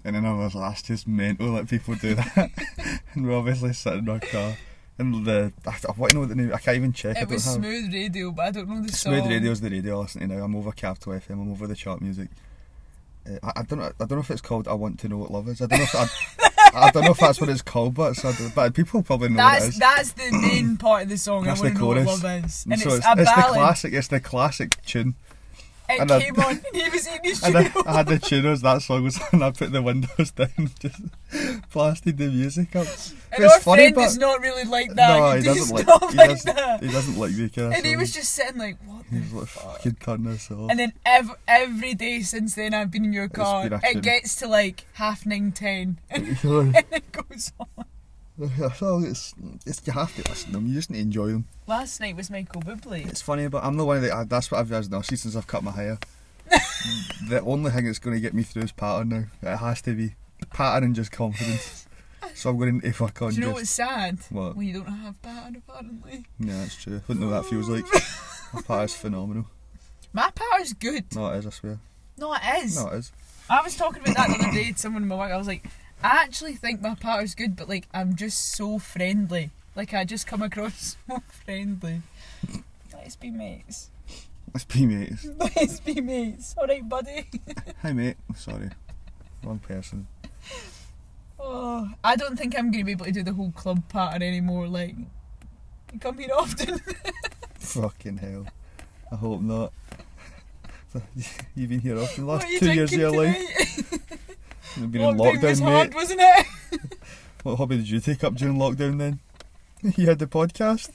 Speaker 1: And then I was like, that's just mental that people do that. and we're obviously sitting in our car. And the, I, I want to know what the name, I can't even check. I
Speaker 2: It
Speaker 1: don't
Speaker 2: was
Speaker 1: have,
Speaker 2: smooth radio, but I don't know the song.
Speaker 1: Smooth radio's the radio I listen to now. I'm over Capital FM. I'm over the chart music. Uh, I, I don't know. I don't know if it's called "I Want to Know What Love Is." I don't know. If, I, I don't know if that's what it's called, but it's, I don't- but people probably know what it
Speaker 2: That's
Speaker 1: is.
Speaker 2: that's the main part of the song.
Speaker 1: That's
Speaker 2: I want
Speaker 1: the
Speaker 2: to know what
Speaker 1: chorus.
Speaker 2: love is,
Speaker 1: And
Speaker 2: and
Speaker 1: so
Speaker 2: it's,
Speaker 1: it's,
Speaker 2: a
Speaker 1: it's the
Speaker 2: ballad.
Speaker 1: classic. It's the classic tune.
Speaker 2: it
Speaker 1: and I-
Speaker 2: came on, and he was eating his
Speaker 1: And I,
Speaker 2: churro.
Speaker 1: I had the tunos. That song was, and I put the windows down, and just blasted the music up.
Speaker 2: and
Speaker 1: it's
Speaker 2: our
Speaker 1: funny,
Speaker 2: friend
Speaker 1: but-
Speaker 2: is not really like that.
Speaker 1: no, he
Speaker 2: does
Speaker 1: doesn't like.
Speaker 2: not
Speaker 1: He
Speaker 2: like
Speaker 1: doesn't.
Speaker 2: that.
Speaker 1: He doesn't like the kind of
Speaker 2: and he was
Speaker 1: songs.
Speaker 2: just sitting like, what
Speaker 1: He
Speaker 2: the
Speaker 1: was like,
Speaker 2: fuck?
Speaker 1: "Fucking turn this off."
Speaker 2: And then ev- every day since then, I've been in your car.
Speaker 1: been a
Speaker 2: It
Speaker 1: tune.
Speaker 2: gets to like half nine, ten, and it goes on.
Speaker 1: so it's, it's you have to listen to them. You just need to enjoy them.
Speaker 2: Last night was Michael Bublé.
Speaker 1: It's funny, but I'm the one that I, that's what I've realised now. See, since I've cut my hair, the only thing that's going to get me through is pattern now. It has to be pattern and just confidence. So I'm going to fuck on
Speaker 2: Do you know
Speaker 1: just.
Speaker 2: what's sad?
Speaker 1: What?
Speaker 2: We don't have pattern apparently.
Speaker 1: Yeah, that's true. Wouldn't know what that feels like. My pattern's phenomenal.
Speaker 2: My pattern's good.
Speaker 1: No, it is, I swear.
Speaker 2: No, it is.
Speaker 1: No, it is.
Speaker 2: I was talking about that the other day to someone in my work. I was like, I actually think my pattern's good, but like I'm just so friendly. Like I just come across so friendly. Let's be mates.
Speaker 1: Let's be mates.
Speaker 2: Let's be mates. All right, buddy.
Speaker 1: Hi, mate. Oh, Sorry. Wrong person.
Speaker 2: Oh, I don't think I'm gonna be able to do the whole club pattern anymore. Like, you come here often.
Speaker 1: Fucking hell. I hope not. You've been here often the
Speaker 2: What
Speaker 1: last
Speaker 2: are you
Speaker 1: two years of
Speaker 2: drinking
Speaker 1: your life.
Speaker 2: tonight?
Speaker 1: You've been in
Speaker 2: Lockdown
Speaker 1: lockdown,
Speaker 2: was
Speaker 1: mate.
Speaker 2: hard, wasn't it?
Speaker 1: What hobby did you take up during lockdown then? you had the podcast?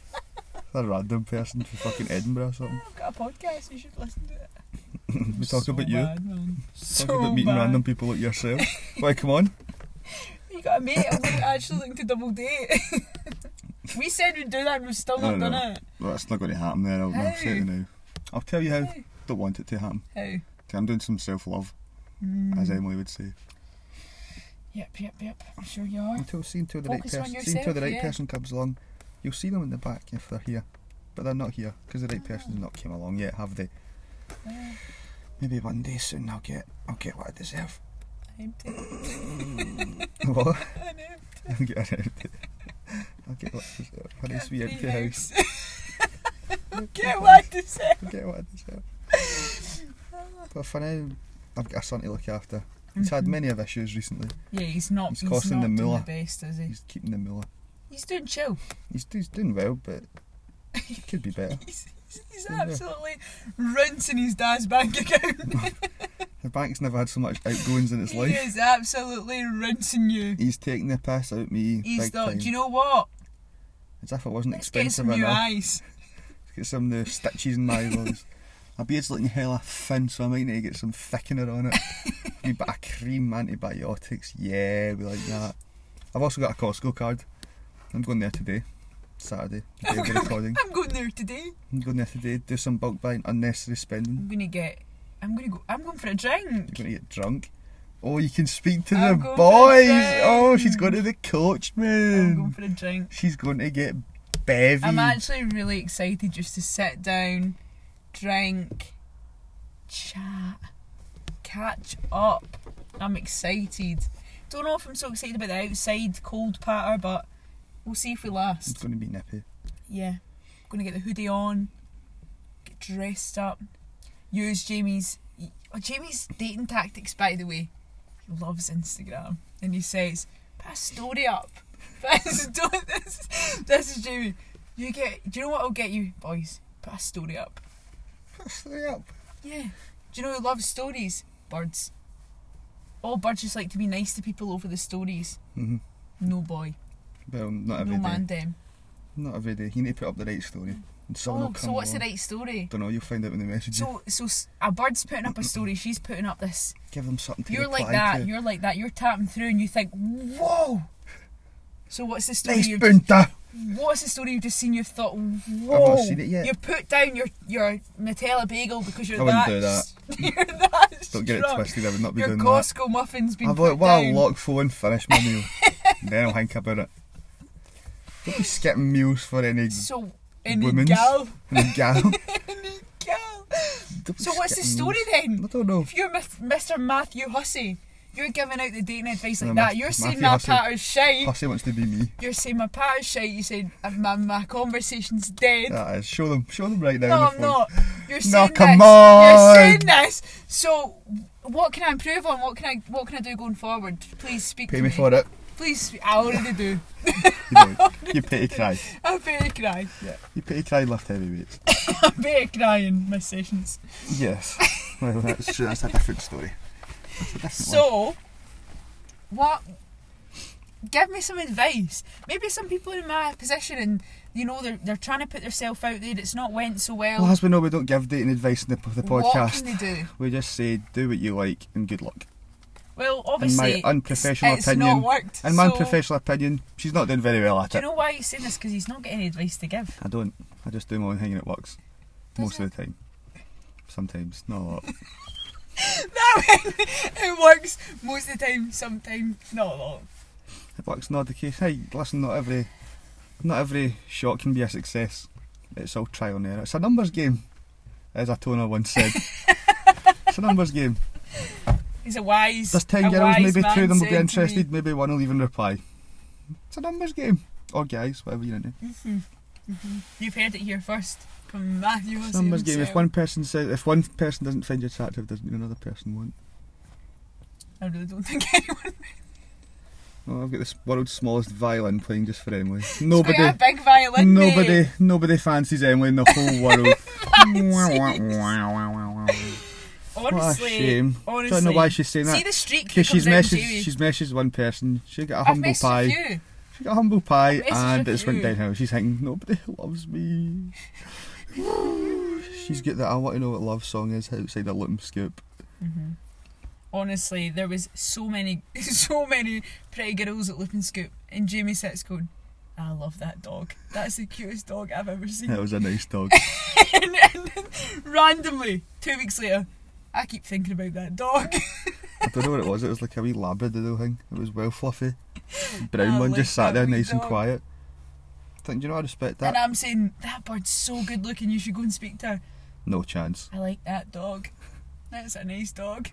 Speaker 1: a random person from fucking Edinburgh or something.
Speaker 2: I've got a podcast. You should listen to it.
Speaker 1: We talk
Speaker 2: So
Speaker 1: about you.
Speaker 2: bad, man.
Speaker 1: Talk
Speaker 2: So
Speaker 1: about meeting
Speaker 2: bad.
Speaker 1: random people like yourself. Why, come on.
Speaker 2: You got Oh a mate. I'm gonna actually looking to double date. we said we'd do that, and we've still
Speaker 1: I
Speaker 2: not done
Speaker 1: know.
Speaker 2: it.
Speaker 1: Well, that's not going to happen then. I'll, I'll say it now. I'll tell you how. Don't want it to happen.
Speaker 2: How?
Speaker 1: 'Kay, I'm doing some self love, as
Speaker 2: Mm.
Speaker 1: Emily would say.
Speaker 2: Yep, yep, yep. I'm sure you are.
Speaker 1: Until see until the
Speaker 2: Focus on
Speaker 1: right person, see until
Speaker 2: yourself,
Speaker 1: the right
Speaker 2: yeah.
Speaker 1: person comes along. You'll see them in the back if they're here, but they're not here because the right person's not came along yet, have they?
Speaker 2: No.
Speaker 1: Maybe one day soon I'll get I'll get what I deserve.
Speaker 2: I'm taking
Speaker 1: what?
Speaker 2: an empty
Speaker 1: I'll get an empty. I'll get what I deserve. A nice wee empty house.
Speaker 2: house. Get what I deserve.
Speaker 1: I'll get what I deserve. But for now, I've got a son to look after. He's had
Speaker 2: Mm-hmm.
Speaker 1: many of issues recently.
Speaker 2: Yeah, he's not.
Speaker 1: He's
Speaker 2: He's,
Speaker 1: costing
Speaker 2: not
Speaker 1: the
Speaker 2: doing
Speaker 1: miller.
Speaker 2: the best, is he?
Speaker 1: He's keeping the miller.
Speaker 2: He's doing chill.
Speaker 1: He's, he's doing well, but it could be better.
Speaker 2: He's, he's, he's
Speaker 1: Yeah.
Speaker 2: absolutely rinsing his dad's bank account.
Speaker 1: The bank's never had so much outgoings in its
Speaker 2: he
Speaker 1: life.
Speaker 2: is absolutely rinsing you.
Speaker 1: He's taking the piss out me
Speaker 2: He's
Speaker 1: big
Speaker 2: thought,
Speaker 1: time.
Speaker 2: do you know what?
Speaker 1: As if it wasn't
Speaker 2: Let's get
Speaker 1: expensive
Speaker 2: some new
Speaker 1: enough.
Speaker 2: eyes.
Speaker 1: Get some of the stitches in my eyebrows. My beard's looking hella thin, so I might need to get some thickener on it. Wee bit of cream, antibiotics, yeah, we like that. I've also got a Costco card. I'm going there today, Saturday, the day of the recording.
Speaker 2: I'm going there today.
Speaker 1: I'm going there today, do some bulk buying, unnecessary spending.
Speaker 2: I'm gonna get. I'm gonna go. I'm going for a drink.
Speaker 1: You're going to get drunk. Oh, you can speak to
Speaker 2: I'm
Speaker 1: the
Speaker 2: going for a
Speaker 1: boys.
Speaker 2: drink.
Speaker 1: Oh, she's going to the
Speaker 2: I'm going
Speaker 1: coachman.
Speaker 2: for a drink.
Speaker 1: She's going to get bevy.
Speaker 2: I'm actually really excited just to sit down, drink, chat, catch up. I'm excited. Don't know if I'm so excited about the outside cold patter, but we'll see if we
Speaker 1: it's
Speaker 2: last.
Speaker 1: going to be nippy.
Speaker 2: Yeah. Gonna get the hoodie on, get dressed up, use Jamie's. Oh, Jamie's dating tactics, by the way. He loves Instagram. And he says, put a story up. Put a story. This, this is Jamie. You get. Do you know what I'll get you, boys? Put a story up.
Speaker 1: Stay up.
Speaker 2: Yeah. Do you know who loves stories? Birds. All birds just like to be nice to people over the stories.
Speaker 1: hmm
Speaker 2: No boy.
Speaker 1: Well, not every
Speaker 2: No
Speaker 1: day.
Speaker 2: man, them.
Speaker 1: Not every day. You need to put up the right story. And someone will
Speaker 2: Oh,
Speaker 1: come
Speaker 2: so what's the
Speaker 1: along.
Speaker 2: right story?
Speaker 1: Don't know. You'll find out when they message you.
Speaker 2: So, so s- a bird's putting up a story. She's putting up this.
Speaker 1: Give them something to
Speaker 2: You're
Speaker 1: reply
Speaker 2: like that.
Speaker 1: to.
Speaker 2: You're like that. You're tapping through, and you think, "Whoa!" So what's the story?
Speaker 1: nice
Speaker 2: you've
Speaker 1: bunta.
Speaker 2: what's the story you've just seen? You've thought, "Whoa!"
Speaker 1: seen it yet.
Speaker 2: You put down your your Nutella bagel because you're
Speaker 1: I wouldn't
Speaker 2: that.
Speaker 1: do
Speaker 2: You're that.
Speaker 1: Don't get it
Speaker 2: drunk.
Speaker 1: twisted. I would not be
Speaker 2: Your
Speaker 1: doing
Speaker 2: Costco muffin's
Speaker 1: that.
Speaker 2: been
Speaker 1: I've
Speaker 2: put
Speaker 1: like, well,
Speaker 2: down.
Speaker 1: I'll lock phone, finish my meal, then I'll think about it. Don't be skipping meals for any
Speaker 2: So in the
Speaker 1: Women's.
Speaker 2: gal,
Speaker 1: any gal.
Speaker 2: in the gal.
Speaker 1: Don't be
Speaker 2: So what's the
Speaker 1: skipping
Speaker 2: story
Speaker 1: meals.
Speaker 2: then?
Speaker 1: I don't know.
Speaker 2: If you're Mith- Mr. Matthew Hussey, you're giving out the dating advice like
Speaker 1: No,
Speaker 2: that.
Speaker 1: Math-
Speaker 2: You're
Speaker 1: Matthew
Speaker 2: saying my
Speaker 1: Hussey.
Speaker 2: pattern's shite.
Speaker 1: Hussey wants to be me.
Speaker 2: You're saying my power's shite. You said "Uh, my my conversation's dead.
Speaker 1: That is. Show them. Show them right now.
Speaker 2: no,
Speaker 1: on the
Speaker 2: I'm
Speaker 1: phone.
Speaker 2: not. You're saying
Speaker 1: No, come
Speaker 2: this. You're saying
Speaker 1: on.
Speaker 2: this. So, what can I improve on? What can I what can I do going forward? Please speak
Speaker 1: Pay
Speaker 2: to
Speaker 1: me for it.
Speaker 2: Please, speak. I already do.
Speaker 1: You, know, you pity cry.
Speaker 2: I'm very crying.
Speaker 1: Yeah. You pity cry left heavyweights.
Speaker 2: I'm very crying. My sessions.
Speaker 1: Yes. Well, that's true. That's a different story. That's a different one.
Speaker 2: So, what? Give me some advice. Maybe some people in my position and you know they're they're trying to put themselves out there. It's not went so well.
Speaker 1: Well, as we know, we don't give dating advice in the, the
Speaker 2: What
Speaker 1: podcast.
Speaker 2: can they do?
Speaker 1: We just say do what you like and good luck.
Speaker 2: Well, obviously, it's-
Speaker 1: unprofessional
Speaker 2: it's,
Speaker 1: opinion-
Speaker 2: not worked.
Speaker 1: In my
Speaker 2: so,
Speaker 1: professional opinion, she's not doing very well at
Speaker 2: Do you
Speaker 1: it.
Speaker 2: know why he's saying this? Because he's not getting any advice to give.
Speaker 1: I don't. I just do my own thing and it works.
Speaker 2: Does
Speaker 1: most of the time. Sometimes, not a lot.
Speaker 2: when it works most of the time, sometimes not a lot.
Speaker 1: That's not the case. Hey, listen, not every, not every shot can be a success. It's all trial and error. It's a numbers game, as a toner once said. it's a numbers game.
Speaker 2: He's a wise.
Speaker 1: There's
Speaker 2: a
Speaker 1: ten girls,
Speaker 2: wise
Speaker 1: maybe two
Speaker 2: man
Speaker 1: of them will
Speaker 2: said
Speaker 1: be
Speaker 2: to
Speaker 1: interested,
Speaker 2: me.
Speaker 1: maybe one will even reply. It's a numbers game. Or guys, whatever you're into.
Speaker 2: "Mm-hmm, You've heard it here first from Matthew.
Speaker 1: It's a
Speaker 2: Wilson
Speaker 1: numbers game. If
Speaker 2: himself.
Speaker 1: one person says, if one person doesn't find you attractive, doesn't mean another person won't.
Speaker 2: I really don't think anyone.
Speaker 1: Oh, I've got this world's smallest violin playing just for Emily.
Speaker 2: Nobody.
Speaker 1: Nobody,
Speaker 2: a big violin. mate.
Speaker 1: nobody, nobody fancies Emily in the whole world. Wah, wah, wah, wah, wah, wah. What a
Speaker 2: Honestly.
Speaker 1: shame.
Speaker 2: Honestly.
Speaker 1: Don't know why she's saying
Speaker 2: See
Speaker 1: that.
Speaker 2: the streak.
Speaker 1: Because she's messaged,
Speaker 2: messaged.
Speaker 1: she's messaged one person. She got a
Speaker 2: I've
Speaker 1: humble
Speaker 2: messaged
Speaker 1: pie.
Speaker 2: a few.
Speaker 1: She got a humble pie,
Speaker 2: messaged
Speaker 1: and
Speaker 2: a
Speaker 1: it's went
Speaker 2: few.
Speaker 1: downhill. She's thinking nobody loves me. she's got that. I want to know what love song is outside a loom scoop.
Speaker 2: Mm-hmm. Honestly, there was so many, so many pretty girls at Lupin Scoop, and Jamie sits going, "I love that dog. That's the cutest dog I've ever seen."
Speaker 1: That was a nice dog.
Speaker 2: and, and then randomly, two weeks later, I keep thinking about that dog.
Speaker 1: I don't know what it was. It was like a wee labradoodle thing. It was well fluffy, brown
Speaker 2: I
Speaker 1: one,
Speaker 2: like
Speaker 1: just sat
Speaker 2: that
Speaker 1: there
Speaker 2: wee
Speaker 1: nice and
Speaker 2: dog.
Speaker 1: quiet. I think, do you know, I respect
Speaker 2: and
Speaker 1: that.
Speaker 2: I'm saying that bird's so good looking. You should go and speak to her.
Speaker 1: No chance.
Speaker 2: I like that dog. That's a nice dog.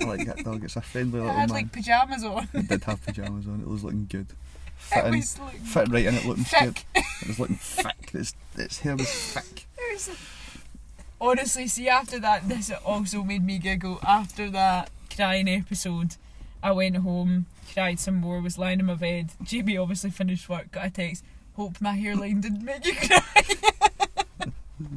Speaker 1: I like that dog. It's a friendly
Speaker 2: It
Speaker 1: little
Speaker 2: had
Speaker 1: Oh, man.
Speaker 2: like pajamas on.
Speaker 1: It did have pajamas on. It was looking good. Fit,
Speaker 2: It
Speaker 1: in,
Speaker 2: was like
Speaker 1: fit right in it, looking
Speaker 2: thick.
Speaker 1: It was looking thick. Its, its hair was thick.
Speaker 2: It was- Honestly, see, after that, this also made me giggle. After that crying episode, I went home, cried some more, was lying in my bed. JB obviously finished work, got a text. Hope my hairline didn't make you cry.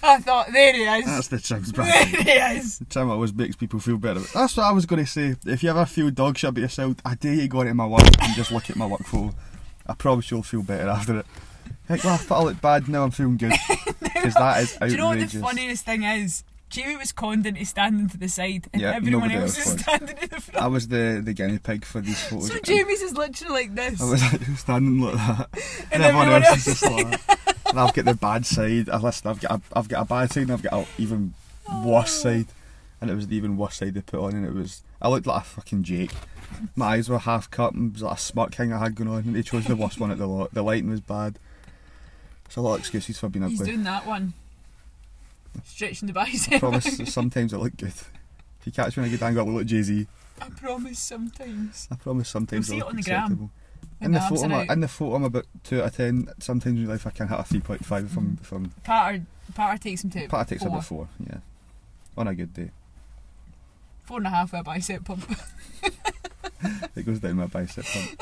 Speaker 2: I thought, there he is.
Speaker 1: That's the trim's
Speaker 2: there
Speaker 1: brand.
Speaker 2: he is.
Speaker 1: The trim always makes people feel better. That's what I was going to say. If you ever feel dog shit about yourself, I dare you to go into my work and just look at my work photo. I promise you'll feel better after it. Like, well, I thought I looked bad, now I'm feeling good. Because that is outrageous.
Speaker 2: Do you know what the funniest thing is? JB was conned into standing to the side, and
Speaker 1: Yeah,
Speaker 2: everyone
Speaker 1: nobody
Speaker 2: else
Speaker 1: else
Speaker 2: is
Speaker 1: was.
Speaker 2: standing in the front.
Speaker 1: I was the, the guinea pig for these photos.
Speaker 2: So
Speaker 1: and
Speaker 2: Jamie's is literally like this.
Speaker 1: I was like, standing like that.
Speaker 2: and
Speaker 1: and everyone else is just like that. And I've got the bad side. I listen, I've got a, I've got a bad side and I've got an even worse
Speaker 2: Oh.
Speaker 1: side. And it was the even worse side they put on and it was I looked like a fucking Jake. My eyes were half cut and it was like a smirk thing I had going on and they chose the worst one at the lot. The lighting was bad. It's a lot of excuses for being
Speaker 2: He's
Speaker 1: ugly.
Speaker 2: doing that one. Stretching the
Speaker 1: I
Speaker 2: bicep.
Speaker 1: promise that sometimes I look good. If you catch me in a good angle, I look like Jay Z.
Speaker 2: I promise sometimes.
Speaker 1: I promise sometimes
Speaker 2: You'll
Speaker 1: I
Speaker 2: see it
Speaker 1: look
Speaker 2: on the gram.
Speaker 1: acceptable.
Speaker 2: When
Speaker 1: In the,
Speaker 2: the arms
Speaker 1: photo, I'm
Speaker 2: are
Speaker 1: a,
Speaker 2: out.
Speaker 1: in the photo, I'm about two out of ten. Sometimes in real life, I can hit a three point five if I'm if I'm
Speaker 2: Patter, Patter takes him to
Speaker 1: Part takes
Speaker 2: Hmm. four,
Speaker 1: about four, yeah. On a good day.
Speaker 2: four and a half with a bicep pump.
Speaker 1: It goes down my bicep pump.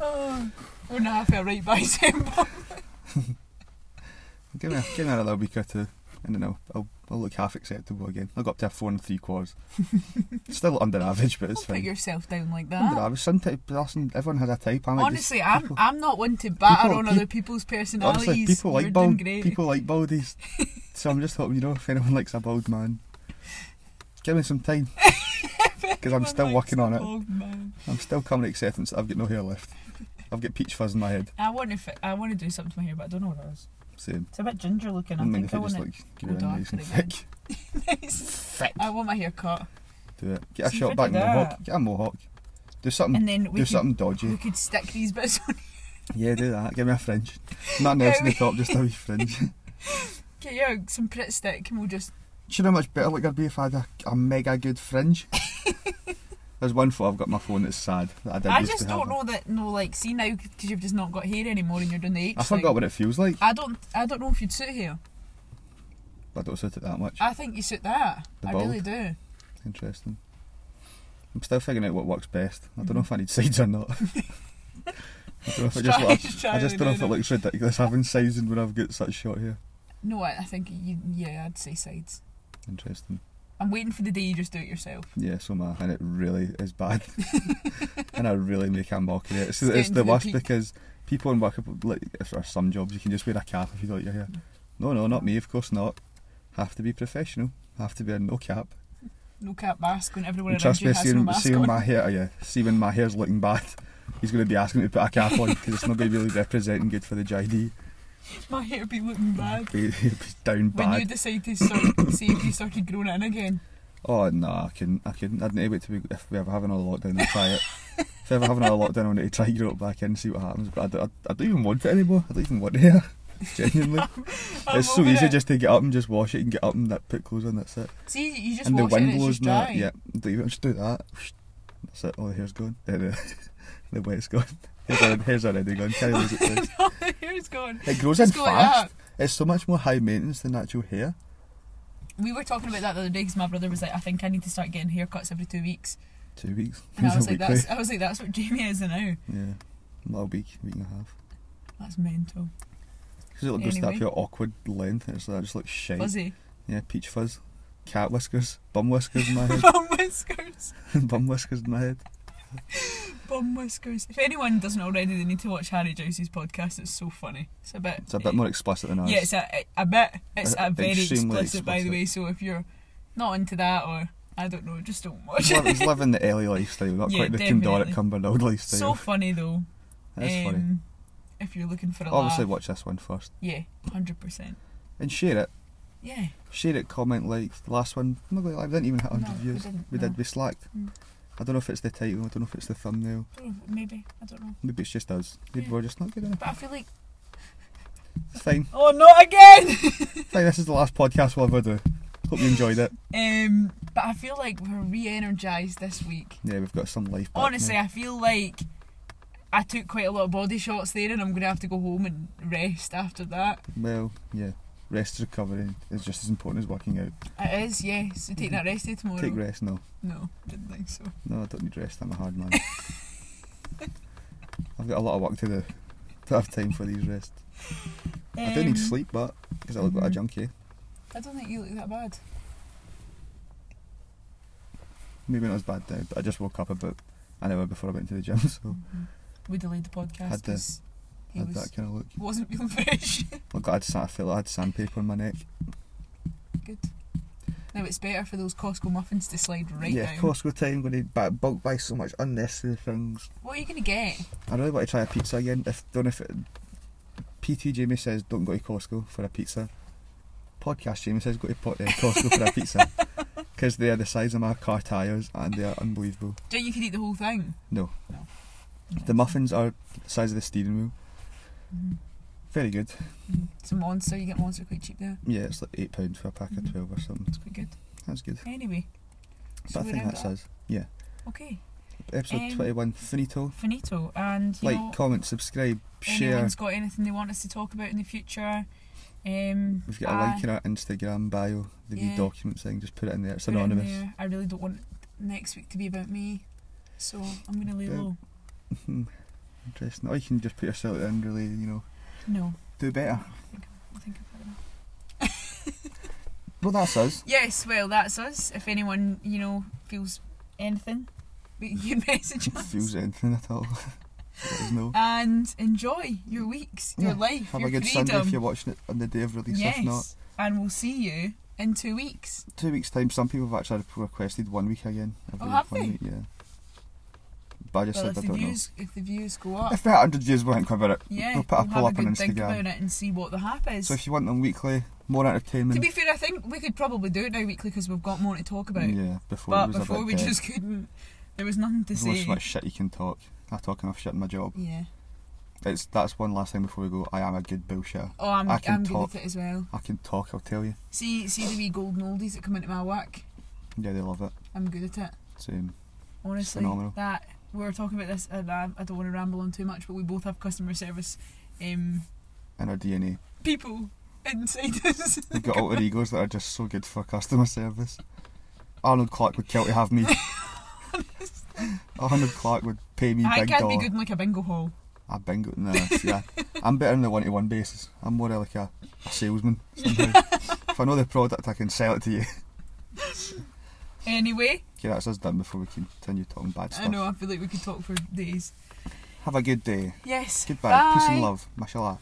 Speaker 2: Oh, four and a half with a right bicep pump.
Speaker 1: Give me, a, give me another week or two, and then I'll, I'll, I'll look half acceptable again. I'll go up to a four and three quarters. Still under average, but it's
Speaker 2: Don't put
Speaker 1: fine.
Speaker 2: yourself down like
Speaker 1: Under
Speaker 2: that.
Speaker 1: average. Some type, person, everyone has a type. I might just-
Speaker 2: Honestly, I'm I'm not one to batter
Speaker 1: people-
Speaker 2: on
Speaker 1: peop-
Speaker 2: other people's personalities.
Speaker 1: honestly, people
Speaker 2: You're
Speaker 1: like
Speaker 2: doing
Speaker 1: bald.
Speaker 2: great.
Speaker 1: People like baldies. so I'm just hoping you know if anyone likes a bald man, give me some time. Because I'm
Speaker 2: Everyone
Speaker 1: still
Speaker 2: likes
Speaker 1: working
Speaker 2: a
Speaker 1: on it.
Speaker 2: bald man.
Speaker 1: I'm still coming to acceptance. that I've got no hair left. I've got peach fuzz in my head.
Speaker 2: I want to fi- I want to do something to my hair, but I don't know what it is.
Speaker 1: Same.
Speaker 2: It's a bit ginger looking. I,
Speaker 1: I mean,
Speaker 2: think
Speaker 1: if
Speaker 2: I
Speaker 1: it
Speaker 2: want
Speaker 1: just
Speaker 2: it.
Speaker 1: like
Speaker 2: go
Speaker 1: give it nice and
Speaker 2: darker again.
Speaker 1: thick.
Speaker 2: Nice. I want my hair cut,
Speaker 1: Do it. Get a
Speaker 2: See,
Speaker 1: shot
Speaker 2: if I
Speaker 1: back
Speaker 2: did
Speaker 1: mohawk.
Speaker 2: that-
Speaker 1: Get a mohawk. Do something.
Speaker 2: and then we
Speaker 1: Mm. Do
Speaker 2: could,
Speaker 1: something
Speaker 2: we
Speaker 1: dodgy.
Speaker 2: could stick these bits on
Speaker 1: yeah, do that. Give me a fringe. Nothing else in the top, just a wee fringe. Do
Speaker 2: Get your some Pritt stick and we'll just.
Speaker 1: you know how much better look I'd be if I had a, a mega good fringe? There's one photo I've got on my phone that's sad that I did
Speaker 2: I
Speaker 1: used
Speaker 2: just
Speaker 1: to have.
Speaker 2: don't know that. No, like, see now because you've just not got hair anymore and you're doing the H.
Speaker 1: I forgot
Speaker 2: thing.
Speaker 1: what it feels like.
Speaker 2: I don't. I don't know if you'd suit here.
Speaker 1: I don't suit it that much.
Speaker 2: I think you suit that.
Speaker 1: The
Speaker 2: I
Speaker 1: bald.
Speaker 2: really do.
Speaker 1: Interesting. I'm still figuring out what works best. I don't know if I need sides or not. I don't know if it just
Speaker 2: Try-
Speaker 1: looks,
Speaker 2: try
Speaker 1: I just don't know if it
Speaker 2: doing it.
Speaker 1: looks ridiculous having sides and when I've got such short hair.
Speaker 2: No, I, I think you. Yeah, I'd say sides.
Speaker 1: Interesting.
Speaker 2: I'm waiting for the day you just do it yourself.
Speaker 1: Yeah, so my and it really is bad, and I really make a mockery. of it. It's,
Speaker 2: It's
Speaker 1: it's
Speaker 2: getting
Speaker 1: the
Speaker 2: to the
Speaker 1: worst
Speaker 2: peak.
Speaker 1: because people in work like if there are some jobs you can just wear a cap if you don't your hair. No, no, not me. Of course not. Have to be professional. Have to wear no cap.
Speaker 2: No cap mask when everyone
Speaker 1: And
Speaker 2: around
Speaker 1: trust
Speaker 2: you
Speaker 1: me,
Speaker 2: has no
Speaker 1: seeing,
Speaker 2: mask
Speaker 1: seeing
Speaker 2: on.
Speaker 1: my hair, yeah, seeing my hair's looking bad, he's going to be asking me to put a cap on because it's not going to be really representing good for the JD.
Speaker 2: My hair be looking bad.
Speaker 1: Be- be down
Speaker 2: When you
Speaker 1: bad.
Speaker 2: decide to start, see if you started growing in again.
Speaker 1: Oh no, I couldn't. I couldn't. I'd need to wait till we, if we ever have another lockdown and try it. if I ever have another lockdown, I need to try to grow it back in and see what happens. But I don't, I, I don't even want it anymore. I don't even want hair. Genuinely,
Speaker 2: I'm
Speaker 1: it's so
Speaker 2: over
Speaker 1: easy
Speaker 2: it.
Speaker 1: just to get up and just wash it and get up and that put clothes on. That's it.
Speaker 2: See, you just
Speaker 1: and the
Speaker 2: wash it
Speaker 1: wind
Speaker 2: and it's
Speaker 1: blows
Speaker 2: just
Speaker 1: and all
Speaker 2: dry.
Speaker 1: that. Yeah, don't even just do that. That's it. All the hair's gone. The, the, the wet's gone. Hair's already, hair's already gone. Can't lose it. please.
Speaker 2: All the hair's gone.
Speaker 1: It grows in
Speaker 2: Just go like
Speaker 1: fast.
Speaker 2: that.
Speaker 1: It's so much more high maintenance than actual hair.
Speaker 2: We were talking about that the other day because my brother was like, I think I need to start getting haircuts every two weeks.
Speaker 1: Two weeks.
Speaker 2: And
Speaker 1: It's
Speaker 2: I
Speaker 1: a
Speaker 2: was like,
Speaker 1: weekly.
Speaker 2: that's, I was like, that's what Jamie is now.
Speaker 1: Yeah, not a week, week and a half.
Speaker 2: That's mental.
Speaker 1: Because it goes to that
Speaker 2: Anyway.
Speaker 1: pure awkward length. and It's like, just like shite.
Speaker 2: Fuzzy.
Speaker 1: Yeah, peach fuzz. Cat whiskers. Bum whiskers in my head.
Speaker 2: Bum whiskers.
Speaker 1: bum whiskers in my head.
Speaker 2: Bum whiskers. If anyone doesn't already, they need to watch Harry Jowsey's podcast. It's so funny. It's a bit.
Speaker 1: It's a bit more explicit than ours.
Speaker 2: Yeah, it's a, a bit. It's
Speaker 1: Uh,
Speaker 2: a very explicit,
Speaker 1: extremely
Speaker 2: by the
Speaker 1: explicit.
Speaker 2: way. So if you're not into that, or I don't know, just don't watch
Speaker 1: He's,
Speaker 2: it.
Speaker 1: li- he's living the LA lifestyle, not
Speaker 2: Yeah,
Speaker 1: quite the
Speaker 2: definitely.
Speaker 1: Cumdoric Cumberland
Speaker 2: So
Speaker 1: lifestyle.
Speaker 2: funny though. Um,
Speaker 1: That's funny.
Speaker 2: If you're looking for a
Speaker 1: Obviously,
Speaker 2: laugh,
Speaker 1: watch this one first.
Speaker 2: yeah, hundred percent.
Speaker 1: And share it.
Speaker 2: Yeah.
Speaker 1: Share it, comment, like. The last one, I'm not gonna lie, we didn't even hit 100
Speaker 2: No, we
Speaker 1: views.
Speaker 2: didn't.
Speaker 1: We
Speaker 2: no.
Speaker 1: did, we slacked.
Speaker 2: Mm.
Speaker 1: I don't know if it's the title, I don't know if it's the thumbnail.
Speaker 2: Oh, Maybe I don't know,
Speaker 1: Maybe it's just us. Maybe
Speaker 2: Yeah.
Speaker 1: we're just not good enough.
Speaker 2: but I feel like
Speaker 1: It's fine.
Speaker 2: oh, not again.
Speaker 1: Fine, this is the last podcast we'll ever do. Hope you enjoyed it.
Speaker 2: Um, but I feel like we're re-energized this week.
Speaker 1: Yeah, we've got some life. back
Speaker 2: Honestly,
Speaker 1: now.
Speaker 2: I feel like I took quite a lot of body shots there, and I'm gonna have to go home and rest after that.
Speaker 1: well, yeah. Rest and recovery is just as important as working out.
Speaker 2: It is, yes. So take that rest day tomorrow.
Speaker 1: Mm-hmm. Take rest, no.
Speaker 2: No, didn't think so.
Speaker 1: No, I don't need rest. I'm a hard man. I've got a lot of work to do. Don't have time for these rest. I do
Speaker 2: Um,
Speaker 1: need sleep, but because I look like a
Speaker 2: mhm.
Speaker 1: junkie,
Speaker 2: I don't think you look that bad.
Speaker 1: maybe not as bad now. But I just woke up about an hour before I went to the gym, so
Speaker 2: Mm-hmm. We delayed the podcast
Speaker 1: Oh. Had the-
Speaker 2: 'cause
Speaker 1: I
Speaker 2: he
Speaker 1: had
Speaker 2: was,
Speaker 1: that kind of look.
Speaker 2: wasn't feeling fresh.
Speaker 1: Look, I had sand, I feel like I had sandpaper on my neck.
Speaker 2: Good. Now it's better for those Costco muffins to slide right
Speaker 1: yeah,
Speaker 2: down.
Speaker 1: Costco time. Going to bu- bulk buy so much unnecessary things.
Speaker 2: What are you gonna get?
Speaker 1: I really want to try a pizza again. If don't know if it, PT Jamie says don't go to Costco for a pizza. Podcast Jamie says go to po- uh, Costco for a pizza because they are the size of my car tires and they are unbelievable.
Speaker 2: Do you think you could eat the whole thing?
Speaker 1: No.
Speaker 2: No.
Speaker 1: The muffins are the size of the steering wheel.
Speaker 2: Mhm.
Speaker 1: Very good.
Speaker 2: Mhm. It's a monster. You get monster quite cheap there.
Speaker 1: Yeah, it's like eight pounds for a pack of
Speaker 2: Mhm.
Speaker 1: twelve or something.
Speaker 2: It's quite good.
Speaker 1: That's good.
Speaker 2: Anyway.
Speaker 1: But
Speaker 2: so
Speaker 1: I
Speaker 2: we
Speaker 1: think
Speaker 2: round
Speaker 1: that
Speaker 2: it up.
Speaker 1: says yeah.
Speaker 2: Okay.
Speaker 1: Episode
Speaker 2: Um,
Speaker 1: twenty-one. Finito.
Speaker 2: Finito. And you
Speaker 1: Like,
Speaker 2: know,
Speaker 1: comment, subscribe, share.
Speaker 2: anyone's got anything they want us to talk about in the future? Um,
Speaker 1: We've got a
Speaker 2: I-
Speaker 1: like in our Instagram bio, the wee
Speaker 2: Yeah.
Speaker 1: document thing. Just put it in there. It's
Speaker 2: put it in
Speaker 1: anonymous.
Speaker 2: there. I really don't want next week to be about me, so I'm gonna lay
Speaker 1: Yeah.
Speaker 2: low.
Speaker 1: Hmm, Interesting. Or you can just put yourself out there and really, you know,
Speaker 2: No,
Speaker 1: do better.
Speaker 2: I think I've had enough.
Speaker 1: Well, that's us.
Speaker 2: Yes, well, that's us. If anyone, you know, feels anything, we- you can message us.
Speaker 1: Feels anything at all. Let us know.
Speaker 2: and enjoy your weeks, your
Speaker 1: Yeah,
Speaker 2: life,
Speaker 1: Have
Speaker 2: your
Speaker 1: a good
Speaker 2: freedom.
Speaker 1: Sunday if you're watching it on the day of release.
Speaker 2: yes,
Speaker 1: If not,
Speaker 2: and we'll see you in two weeks.
Speaker 1: two weeks time. Some people have actually requested one week again. Every
Speaker 2: Oh, have
Speaker 1: one
Speaker 2: they?
Speaker 1: Week, yeah. But I just
Speaker 2: Well, if
Speaker 1: said I
Speaker 2: the
Speaker 1: don't
Speaker 2: views, if the views go
Speaker 1: know.
Speaker 2: up,
Speaker 1: If we're at 100 views, we'll think about it.
Speaker 2: yeah,
Speaker 1: we'll put a
Speaker 2: have
Speaker 1: poll
Speaker 2: a
Speaker 1: up on
Speaker 2: good think
Speaker 1: Instagram.
Speaker 2: about it and see what the hype is.
Speaker 1: So if you want them weekly, more entertainment.
Speaker 2: to be fair, I think we could probably do it now weekly because we've got more to talk about.
Speaker 1: yeah, before it
Speaker 2: but
Speaker 1: was a
Speaker 2: before
Speaker 1: bit
Speaker 2: we
Speaker 1: dead.
Speaker 2: just couldn't. There was nothing to
Speaker 1: There's only
Speaker 2: say.
Speaker 1: so much shit you can talk. I talk enough shit in my job.
Speaker 2: Yeah.
Speaker 1: It's that's one last thing before we go. I am a good bullshitter.
Speaker 2: Oh, I'm,
Speaker 1: I can
Speaker 2: I'm
Speaker 1: talk.
Speaker 2: good at it as well.
Speaker 1: I can talk. I'll tell you.
Speaker 2: See, see the wee golden oldies that come into my work.
Speaker 1: Yeah, they love it.
Speaker 2: I'm good at it.
Speaker 1: Same.
Speaker 2: Honestly,
Speaker 1: phenomenal.
Speaker 2: that we were talking about this, and I, I don't want to ramble on too much, but we both have customer service um,
Speaker 1: in our DNA.
Speaker 2: people inside us.
Speaker 1: We've got alter egos that are just so good for customer service. Arnold Clark would kill to have me. Arnold Clark would pay me
Speaker 2: I
Speaker 1: big
Speaker 2: can't
Speaker 1: dollar.
Speaker 2: be good in like a bingo hall.
Speaker 1: I bingo. Nah, yeah. I'm better on the one to one basis. I'm more like a, a salesman. Somehow. if I know the product, I can sell it to you.
Speaker 2: Anyway,
Speaker 1: Okay, that's us done before we continue talking bad stuff.
Speaker 2: I know I feel like we could talk for days.
Speaker 1: Have a good day.
Speaker 2: Yes.
Speaker 1: Goodbye. Peace and
Speaker 2: bye.
Speaker 1: love. Mashallah.